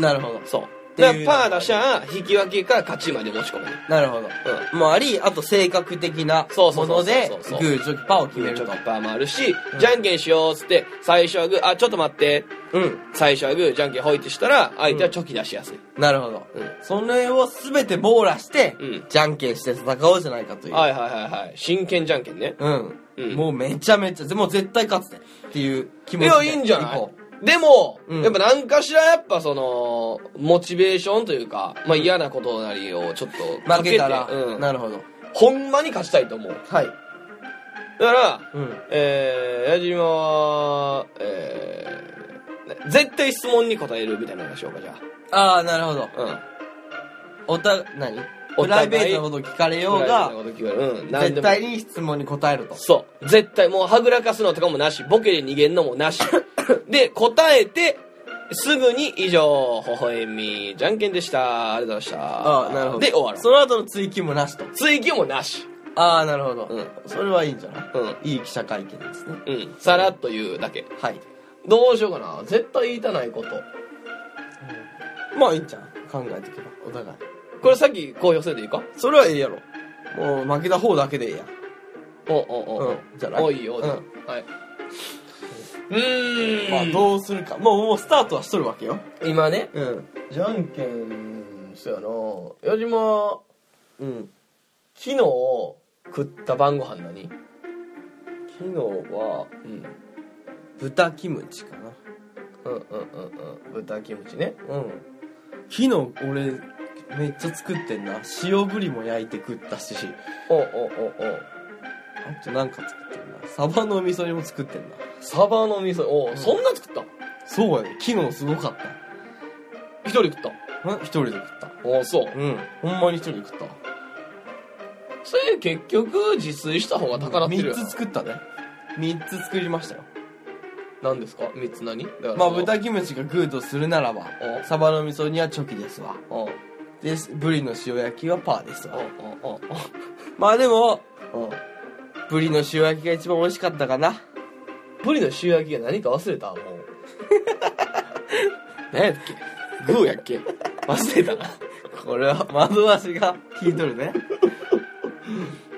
なるほどそうていだうのかがらパー出しゃ引き分けか勝ちまで持ち込めるなるほどうもありあと性格的なそうそもうそうそうのでそうそうグーチョキパーを決グめーるチとョキパーもあるし、うんじゃんけんしようっつって最初はグーあちょっと待ってうん最初はグーじゃんけんほいってしたら相手はチョキ出しやすい、なるほどうんそれを全て網羅してうんじゃんけんして戦おうじゃないかというはいはいはいはい真剣じゃんけんねうん、うんもうめちゃめちゃ、もう絶対勝つねっていう気い持ちで。やいいんじゃな行いこでも、うんやっぱ何かしらやっぱそのモチベーションというか、まあ、嫌なことなりをちょっうと負けたら、うん、なるほど。ほんまに勝ちたいと思うはい。だからうん。えー、矢島は、えー、絶対質問に答えるみたいなのがしようか、じゃああ、なるほど。あ。うん。おた、何おプラ互いイベートのこと聞かれようプラ、がイベートなこと聞かれるうん、何で絶も対に質問に答えると。そう。絶対、もうはぐらかすのとかもなし、ボケで逃げんのもな (laughs) し。で、答えて、すぐに以上、微笑み、じゃんけんでした。ありがとうございました。ああ、なるほど。で、終わる。その後の追求もなしと。追記もなし。ああ、なるほど。うんそれはいいんじゃないうん。いい記者会見ですね。うん。さらっと言うだけ。はい。どうしようかな。絶対言いたないこと。まあいいんじゃん。考えてけば、お互い。これさっき公表せんでいいかそれはいいやろ。もう負けた方だけでいいや。おおお、うんじゃないおいよ、うんはいうーん、まあどうするか。もう、もうスタートはしとるわけよ。今ねうん。じゃんけんそやな矢島うん。昨日食った晩ご飯何昨日はうん豚キムチかなうんうんうんうん豚キムチねうん昨日俺めっちゃ作ってんな塩ぶりも焼いて食ったしおおおおあとなんか作ってんなサバの味噌煮も作ってんなサバの味噌お、うそんな作ったそうやね昨日すごかっ一た人食ったん一人で食ったおそううんほんまに一人で食ったそれ結局自炊した方が高なってるやん3つ作ったね3つ作りましたよ何ですか三つ何だからまあ豚キムチがグーとするならばおサバの味噌煮はチョキですわおおでブリの塩焼きはパーですおわおまあでもおおブリの塩焼きが一番美味しかったかなブリの塩焼きが何か忘れたもう何やっけグーや (laughs) っけ忘れたなこれは窓足が聞いとるね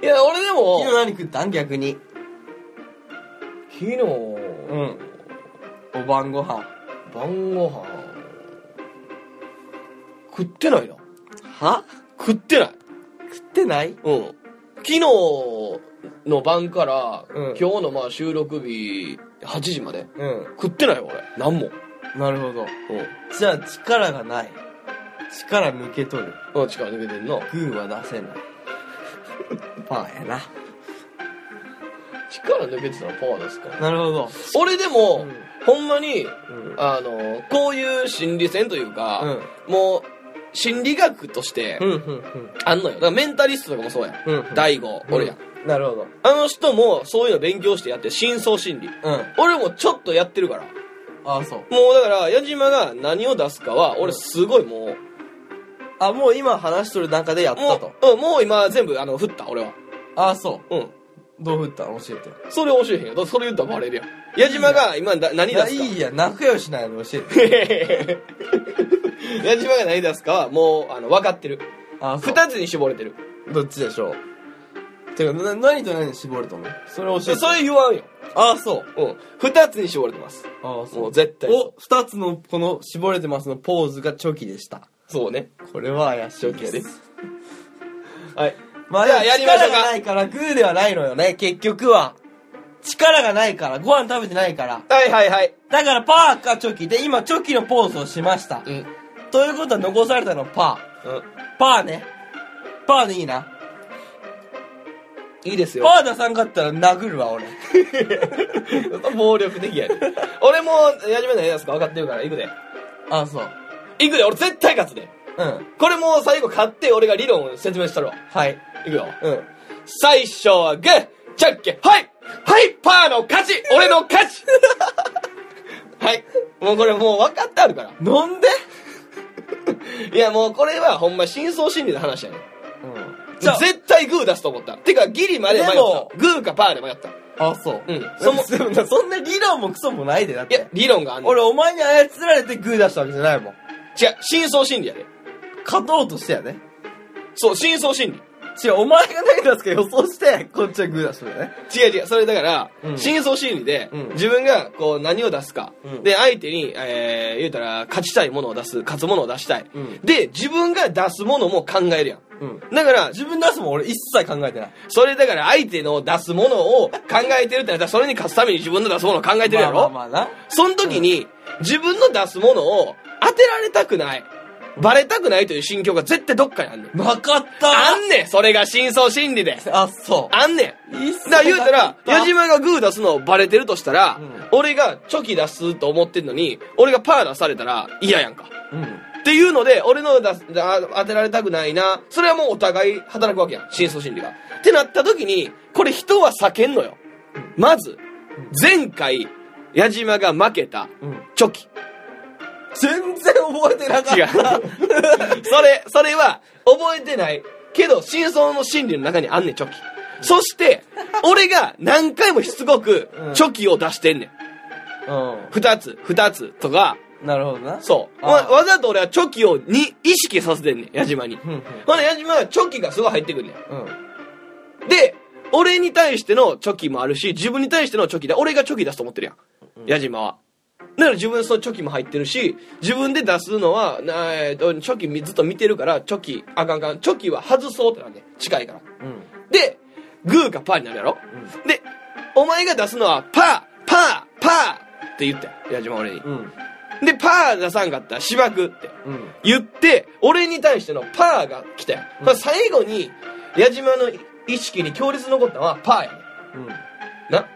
いや俺でも昨日何食ったん逆に昨日、んお晩ご飯晩ご飯食ってないなは食ってない食ってないうん昨日の晩から、うん今日のまあ収録日8時までうん食ってないよ俺何もなるほどうじゃあ力がない力抜けとるんうん力抜けてんなグーは出せない (laughs) パーやな力抜けてたらパワーですからなるほど俺でも、うんほんまにうんあのこういう心理戦といううか、んもう心理学としてうんうんうんあんのよだからメンタリストとかもそうやんうん大悟俺やんなるほどあの人もそういうの勉強してやって深層心理。うん俺もちょっとやってるから。もああそううだから、矢島が何を出すかは、俺すごいもあもう今話しとる中でやっう、たもとう、うん、もう今全部あの、振った、俺は。ああそうん。うどう振ったの教えてよそれ教えへんよ。だからそれ言ったらバレるやん。矢島が今だ何い出やすいか。いや仲良しないの教えて (laughs) 矢島が何出すかは、もう、あの、分かってる。ああそう二つに絞れてる。どっちでしょうてかな何と何に絞ると思うそれ教えてそれ言わんよ。ああそううん。二つに絞れてます。ああもう絶対そうお二つのこの絞れてますのポーズがチョキでしたそうね。これは怪し正い気でやすで。はい。まあじでゃもあやりましょうか力がないからグーではないのよね結局は力がないからご飯食べてないからはいはいはい。だからパーかチョキで今チョキのポーズをしました、うん。うん。ということは残されたのはパーパーねパーでいいないいですよ。パー出さんかったら殴るわ俺 (laughs) 暴力的やね。俺もやじめないやつか分かってるから、行くで。ああそう行くで、俺絶対勝つで。うんこれもう最後勝って、俺が理論を説明したるわ。はい行くよ。うん最初はグー、チャッケ、はいはい、パーの勝ち俺の勝ち (laughs) はい。もうこれもう分かってあるから。なんでいやもうこれはほんま真相心理の話やねん。うんじゃあ絶対グー出すと思った。てかギリまで迷っでもた。グーかパーで迷った。いあそううんそも (laughs) そんな理論もクソもないでだってや、理論があんの。違う、俺お前に操られてグー出したわけじゃないもん真相心理やで。勝とうとしてやねそう、真相心理。違うお前が何出すか予想してこっちはグー出したよね違う違う、それだから、うん真相心理で、うん自分がこう何を出すか、うんで、相手に、えー、言うたら、勝ちたいものを出す、勝つものを出したい、うんで、自分が出すものも考えるやん。うんだから、自分出すもん俺一切考えてないそれだから相手の出すものを考えてるってなったら、それに勝つために自分の出すものを考えてるやろ、まあまあまあなその時に、自分の出すものを当てられたくない。バレたくないという心境が絶対どっかにあんねん。なかったあんねんそれが真相心理で。あ、そあんねんう。いいっすだから言うたら、矢やじ島がグー出すのをバレてるとしたら、うん俺がチョキ出すと思ってんのに、俺がパー出されたら嫌やんか。うん。っていうので、俺の出すあ当てられたくないな。それはもうお互い働くわけやん。真相心理が。ってなった時に、これ人は避けんのよ。まず、前回、矢島が負けた、うん。チョキ。全然覚えてなかった。違う。それ、それは、覚えてない。けど、真相の心理の中にあんねん、チョキ。そして、俺が何回もしつこくう、んチョキを出してんねん。二つ、二つとか、うん。なるほどな。そう。わあわざと俺はチョキを、に、意識させてんねん、矢島に。うん。ほんで、矢島はチョキがすごい入ってくんねん。うん。で、俺に対してのチョキもあるし、自分に対してのチョキで、俺がチョキ出すと思ってるやん。矢島は。だから自分そのチョキも入ってるし、自分で出すのは、なえーと、チョキずっと見てるから、チョキ、あかんあかん、チョキは外そうってなんで、近いから。うん。で、グーかパーになるやろ、で、お前が出すのは、パー、パー、パーって言って、矢島俺に。うん。で、パー出さんかったら、しばくって。うん。言って、俺に対してのパーが来たよ。まあ最後に、矢島の意識に強烈に残ったのはパーやねうん。んな。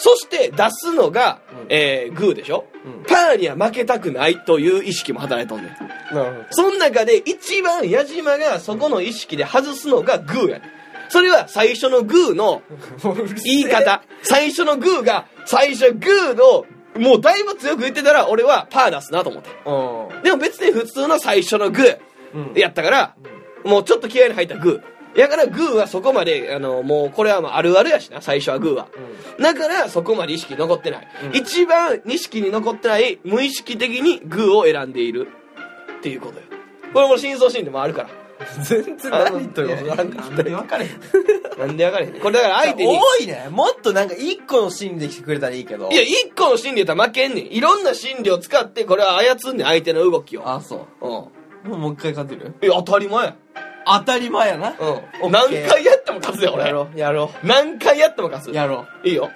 そして出すのが、うんえー、グーでしょ、うんパーには負けたくないという意識も働いとんねん。なるその中で一番矢島がそこの意識で外すのがグーやねん。それは最初のグーのほど。もううるせえ言い。方。最初のグーが、最初グーの、もうだいぶ強く言ってたら俺はパー出すなと思って。うでも別に普通の最初のグー。ん。うん。やったから、もうちょっと気合に入ったグー。やからグーはそこまで、あの、もうこれはまああるあるやしな、最初はグーは。だからそこまで意識残ってない。うん一番意識に残ってない、無意識的にグーを選んでいる。っていうことよ。これも真相心理もあるから。全然何言ってるか分かんない。分かれへん。なんでやかれへん。これだから相手に。多いね。もっとなんか一個のシーンで来てくれたらいいけど。いや、、一個の心理やったら負けんねん。いろんな心理を使って、これは操んねん、相手の動きを。あ、そうん。う。もうもう一回勝てるいや、当たり前や。当たり前やな。うん。何回やっても勝つよ、や俺。ろう、やろ何回やっても勝う。つ。やろいいよ。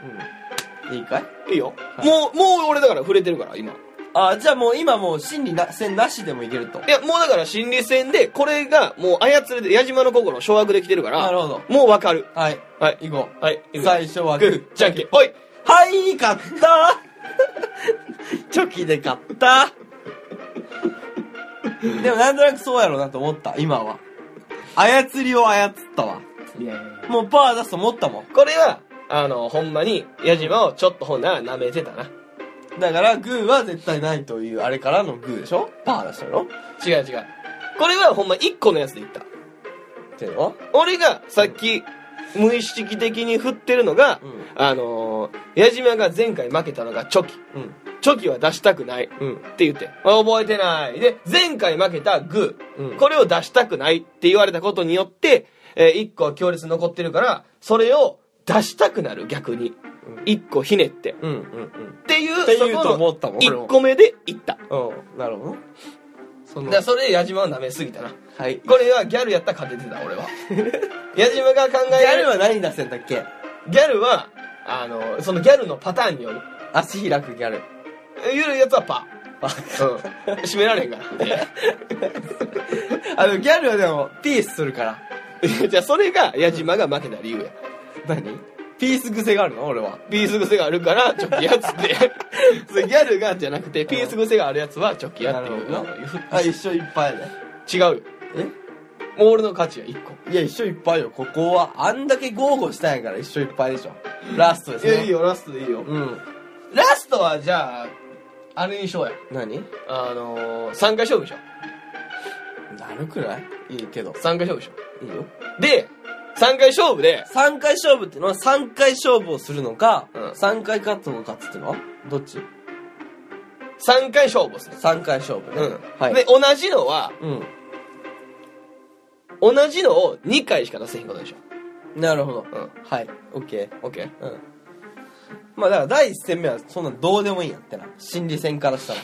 う。うん。いいかいいいよ。はいもう、もう俺だから触れてるから、今。いあ、じゃあもう今もう心理な、線なしでもいけると。や、もうだから心理戦で、これがもう操れて、矢島の心を掌握できてるから、なるほどもうわかる。はい。はい。行こう。はい。最初はググー、ー。じゃんけん、ほいはい、勝った (laughs) チョキで勝ったでもなんとなくそうやろうなと思った、今は。操りを操ったわ。もうパー出すと思ったもん。これは、あの、ほんまに、矢島をちょっとほんなら舐めてたな。だからグーは絶対ないというあれからのグーでしょパー出したやろ違う違う。これはほんま一個のやつで言った。っていうの俺がさっき、無意識的に振ってるのが、うんあのー矢島が前回負けたのがチョキ。うん。チョキは出したくない。うん。って言って。あ覚えてない。で、前回負けたグー。うんこれを出したくないって言われたことによって、えー、1個は強烈に残ってるから、それを出したくなる、逆に。1個ひねって。うんうんっていう、って言うとそこの思ったもん俺も1個目でいった。うんうんなるほどそだのからそれで矢島は舐めすぎたな。はいギこれはギャルやったら勝ててた、俺 (laughs) は。矢島が考えャるルは何出せんだっけギャルは、あの、そのギャルのパターンによる。足開くギャルゆるいやつはパあー。うん。締められへんから。 (laughs) あのギャルはでもピースするから (laughs) じゃあそれが矢島が負けた理由や。何ピース癖があるの俺はピース癖があるからチョキやつって。 (laughs) それギャルがじゃなくて、ピース癖があるやつはチョキやっていうのをな言う。あ一緒いっぱいだ違うよ。もう俺の勝ちや、1個。えいや一緒いっぱいよここはあんだけ豪語したんやから一緒いっぱいでしょラストですねよ、ラストでいいよ。うんラストはじゃあ、あれにしようや。何あのー、3回勝負しよなるくないいいけどう。3回勝負しよいいよう。で、3回勝負で、 3回勝負っていうのは3回勝負をするのか、うん3回勝つのかっつってのはどっち3回勝負する。 3回勝負うね、ん。はいで、同じのは、う同じのを2回しか出せへんことでしょ。んなるほど、うんはいオッケーオッケーうんまあだから第1戦目はそんなんどうでもいいんやってな心理戦からしたら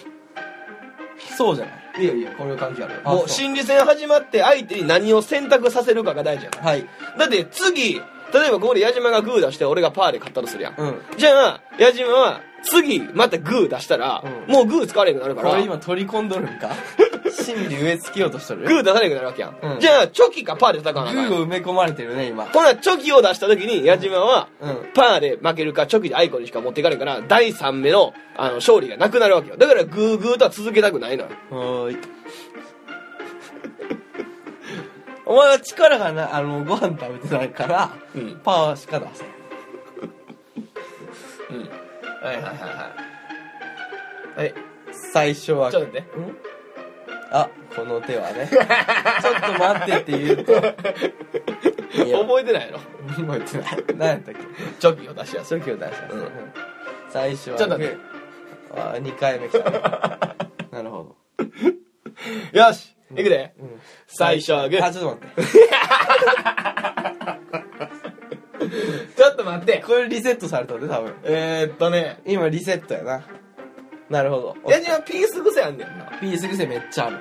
そうじゃないいやいや、これは関係あるよあもそうう心理戦始まって相手に何を選択させるかが大事やから。はいだって次、例えばここで矢島がグー出して俺がパーで勝ったとするやん。うんじゃあ、矢島は次またグー出したら、うんもうグー使われなくなるかこら、れ今取り込んどるんか心理植え付けようとしとるグー出されなくなるわけやん。うんじゃあ、チョキかパーで戦わなあかグんやん。ーを埋め込まれてるね今ほな、チョキを出した時に矢島は、うんパーで負けるか、チョキでアイコにしか持っていかないから、第3目の、あの、勝利がなくなるわけよ。だから、グーグーとは続けたくないのよ。はーいお前は力がなあのご飯食べてないから、うんパワーしか出せんうん。はいはいはいはい。はい。最初はちょっと待ってんあこの手はね (laughs) ちょっと待ってって言うといや覚えてないの覚えてない何やったっけチョキを出しやす初期を出したんですね、うん最初はちょっと待ってグーあ2回目来たね (laughs) なるほい。よしいくで、ど、うん最初はグーあちょっと待ってちょっと待ってこれリセットされたんで多分えー、っとね、今リセットやななるほど矢島ピース癖あんねんな。ピース癖めっちゃある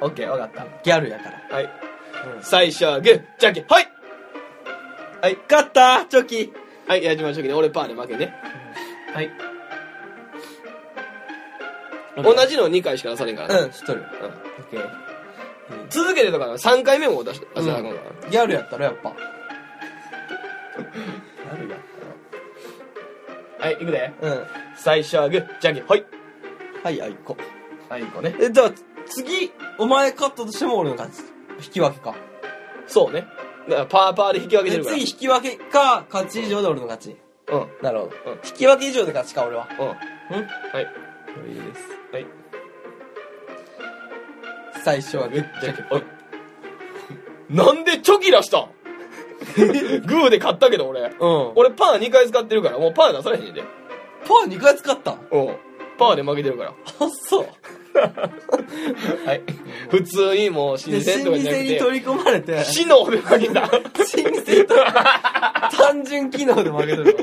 オッケー、わかった。ギャルやからはい。うん最初はグー、じゃんけん、はいはい勝ったチョキはい、矢島チョキで俺パーで負けね。はい。同じの2回しか出されんからなうん知っとるうんオッケー続けてたから3回目も出し出さなあかんから。ギャルやったらやっぱギャルやっはい、いくで。たらうん最初はグー、じゃんけん、はい。はいあいこはい、こうね。えじゃあ次お前勝ったとしても俺の勝ち引き分けかそうね。だからパーパーで引き分けてでるから。次引き分けか勝ち以上で俺の勝ちうん。うん。なるほうど、ん引き分け以上で勝ちか俺はうん。はい。うんいいですはい。最初はグッじじゃんゃんけけんん、おい。なんでチョキ出したん (laughs) グーで勝ったけど俺。うん俺パー2回使ってるから、もうパー出されへんねんで。パー2回使ったんうん。パーで負けてるから。あそう (laughs) はい。普通にもうで新鮮心とか理じゃな戦にく取り込まれ (laughs) てて、死ので負けた。心理戦と単純機能で負けとる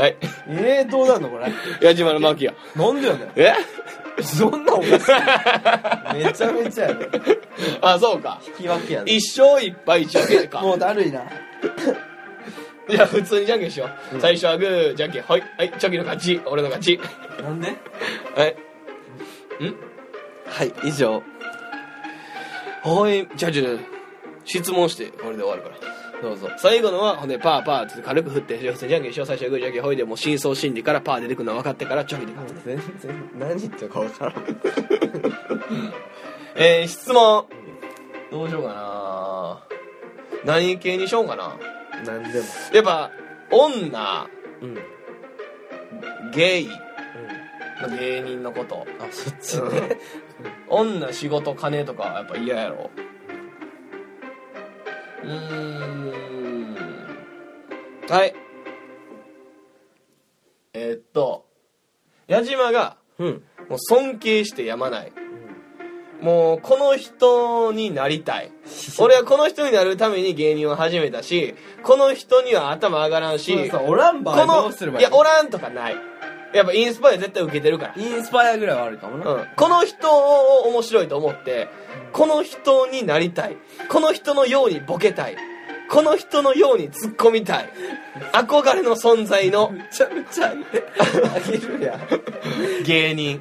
(laughs) はい。 (laughs) えー、どうなんのこれ矢島の負けや。なんでやねんえそんなおかしいめちゃめちゃやねあ、そうか。引き分けやね一生いっぱいじゃんけんか。もうだるいなじゃあ普通にじゃんけんしよう。最初はグー、じゃんけん、はい。はい、チョキの勝ち。俺の勝ち。なんではい。はい以上応援、じゃあじゃあ質問して、これで終わるから。どうぞ最後のは、ほんで、パーパーって軽く振って、普通にじゃんけんしよう、最初はグーじゃんけん、ほいで、もう真相心理からパー出てくるの分かってから、チョキで勝つ。全然何言ってるか分からんえー、質問。どうしようかな何系にしようかな何でもやっぱ、女、うんうんゲイの芸人のこと。あそっちね女、仕事、金とか、やっぱ嫌やろ。うーん。はい。えーっと、矢島が、うんもう尊敬してやまない、もうこの人になりた (laughs) い俺はこの人になるために芸人を始めたしこの人には頭上がらんしそうそうおらん場合このどうすればいいいやおらんとかないやっぱインスパイア絶対受けてるからインスパイアぐらいはあるかもな、うん、この人を面白いと思ってこの人になりたいこの人のようにボケたいこの人のように突っ込みたい憧れの存在のめちゃめちゃあげるやん芸人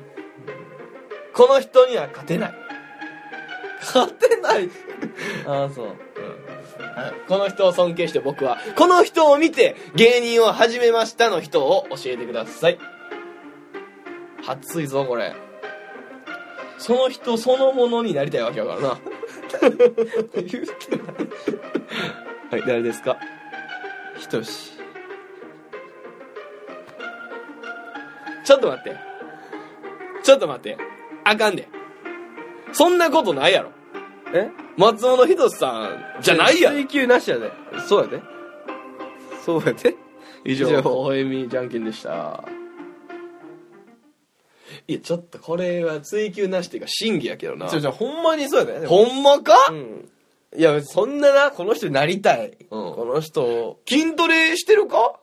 この人には勝てない、勝てないああそうこの人を尊敬して僕はこの人を見て芸人を始めましたの人を教えてください熱いぞこれその人そのものになりたいわけだからな言うてないはい誰ですかひとしちょっと待って。ちょっと待って。あかんで。そんなことないやろ。え松本人志さんじゃないやろ。追求なしやでそうやでそうやで以上ほえみじゃんけんでした。いや、ちょっとこれは追求なしっていうか、真偽やけどなち。ょちょほんまにそうやでほんまか、うんいやそんななこの人になりたい、この人を筋トレしてるか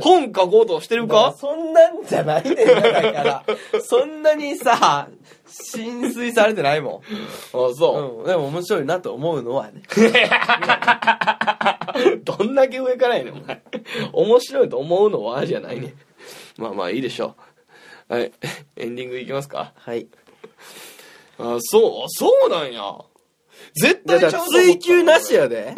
本書こうとしてるだからかそんなんじゃないねんなだからそんなにさ浸水されてないもんあ、そうん、でも面白いなと思うのはね。う。どんだけ上からやねん、お前。面白いと思うのはじゃないねん。まあまあいいでしょう。はい。エンディングいきますかはい。あそうあそうなんや絶だ対ちからゃう追求なしやや (laughs) で。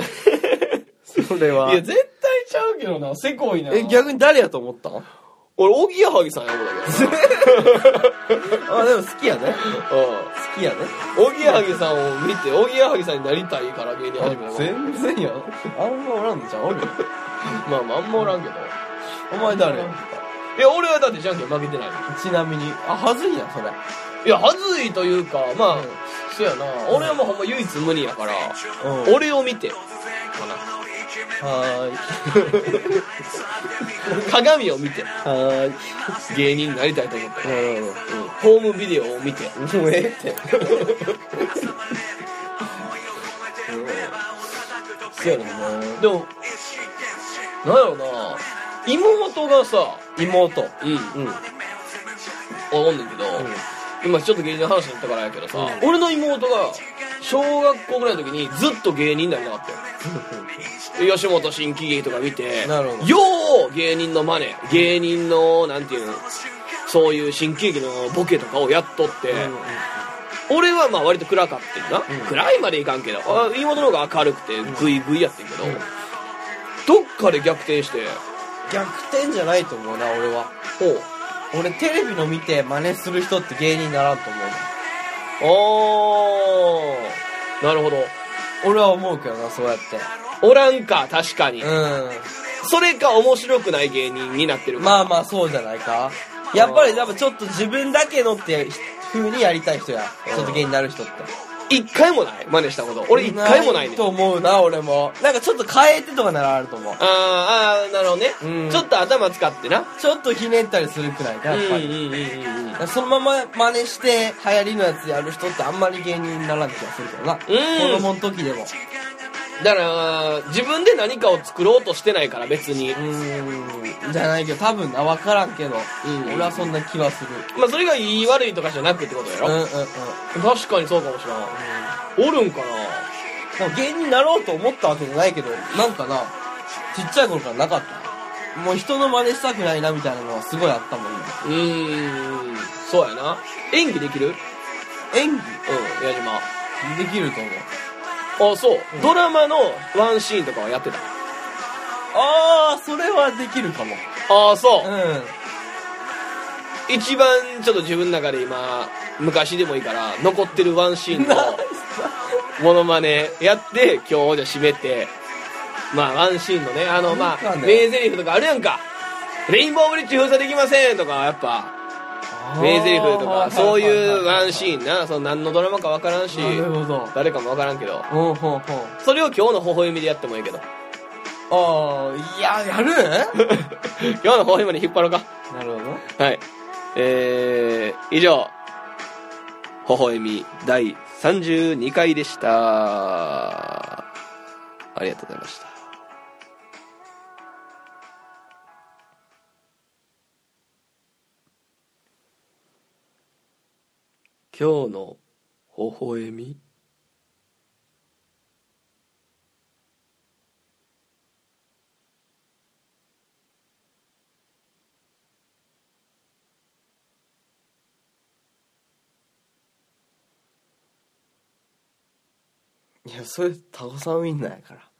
それはいや。絶対ちゃうけどなせこいなえ、逆に誰やと思ったん俺おぎやはぎさんやろうだあ、でも好きやで。け好ど (laughs) うきやで。んおぎやはぎさんを見ておぎやはぎさんになりたいから芸人始めたから全然や。あんまおらんのじゃん。おるまあまああんまおらんけどお前誰いや俺はだってじゃんけん負けてないちなみに。あ、はずいやん、それ。いや恥ずいというかまあ、うんそうやな俺はもうほんま唯一無二やから、うん。俺を見てはーい。鏡を見ては芸人になりたいと思ってーい。なるホームビデオを見てほど。もうええって。そうやねんなでもなんやろうな妹がさ妹。うんうん。思んねんけど、今ちょっと芸人の話になったからやけどさ、俺の妹が小学校ぐらいの時にずっと芸人になりたかったよ吉本新喜劇とか見てなるほどよう芸人のマネ芸人のなんていうのそういう新喜劇のボケとかをやっとって、俺はまあ割と暗かってんな、暗いまでいかんけどあ妹の方が明るくてグイグイやってんけど、どっかで逆転して逆転じゃないと思うな、俺は。ほう俺テレビの見て真似する人って芸人にならんと思うなおーなるほど俺は思うけどなそうやっておらんか確かに、うそれか面白くない芸人になってるんかまあまあそうじゃないかやっぱりやっぱちょっと自分だけのって風にやりたい人やちょっと芸人になる人って一回もない真似したこと俺一回もないねんと思うな俺もなんかちょっと変えてとかならあると思うあーあーなるほどね、うんちょっと頭使ってなちょっとひねったりするくないかやっぱり、うんうんうんうんうんそのまま真似して流行りのやつやる人ってあんまり芸人にならん気がするけどな、子供の時でもだから自分で何かを作ろうとしてないから別に、うーんじゃないけど多分な分からんけど、うん俺はそんな気はするまあそれがいい悪いとかじゃなくってことやうんろ、うんうん確かにそうかもしれんおるんかなんか芸人になろうと思ったわけじゃないけど、なんかな、ちっちゃい頃からなかった。もう人の真似したくないなみたいなのはすごいあったもんなね。うーんそうやな演技できるうん演矢島技できると思う。あそう、ドラマのワンシーンとかはやってたあー、それはできるかも。ああそう、う一番ちょっと自分の中で今昔でもいいから残ってるワンシー (laughs) ンのモノマネやって今日じゃあ締めてまあワンシーンのねあのまいいかあね名台詞とかあるやんか「レインボーブリッジ封鎖できません」とかやっぱん。名台詞とかそういうワンシン。ーンなその何のドラマかわからんしなるほど。誰かもわからんけどほうほうほう。それを今日の微笑みでやってもいいけど (laughs) あー、いや、やる今日の微笑みに引っ張ろうかなるほど。はいえー、以上微笑み第32回でした。ありがとうございました。今日の微笑みいやそれタコさんウインナーやから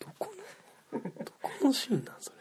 どこのどこのシーンなんそれ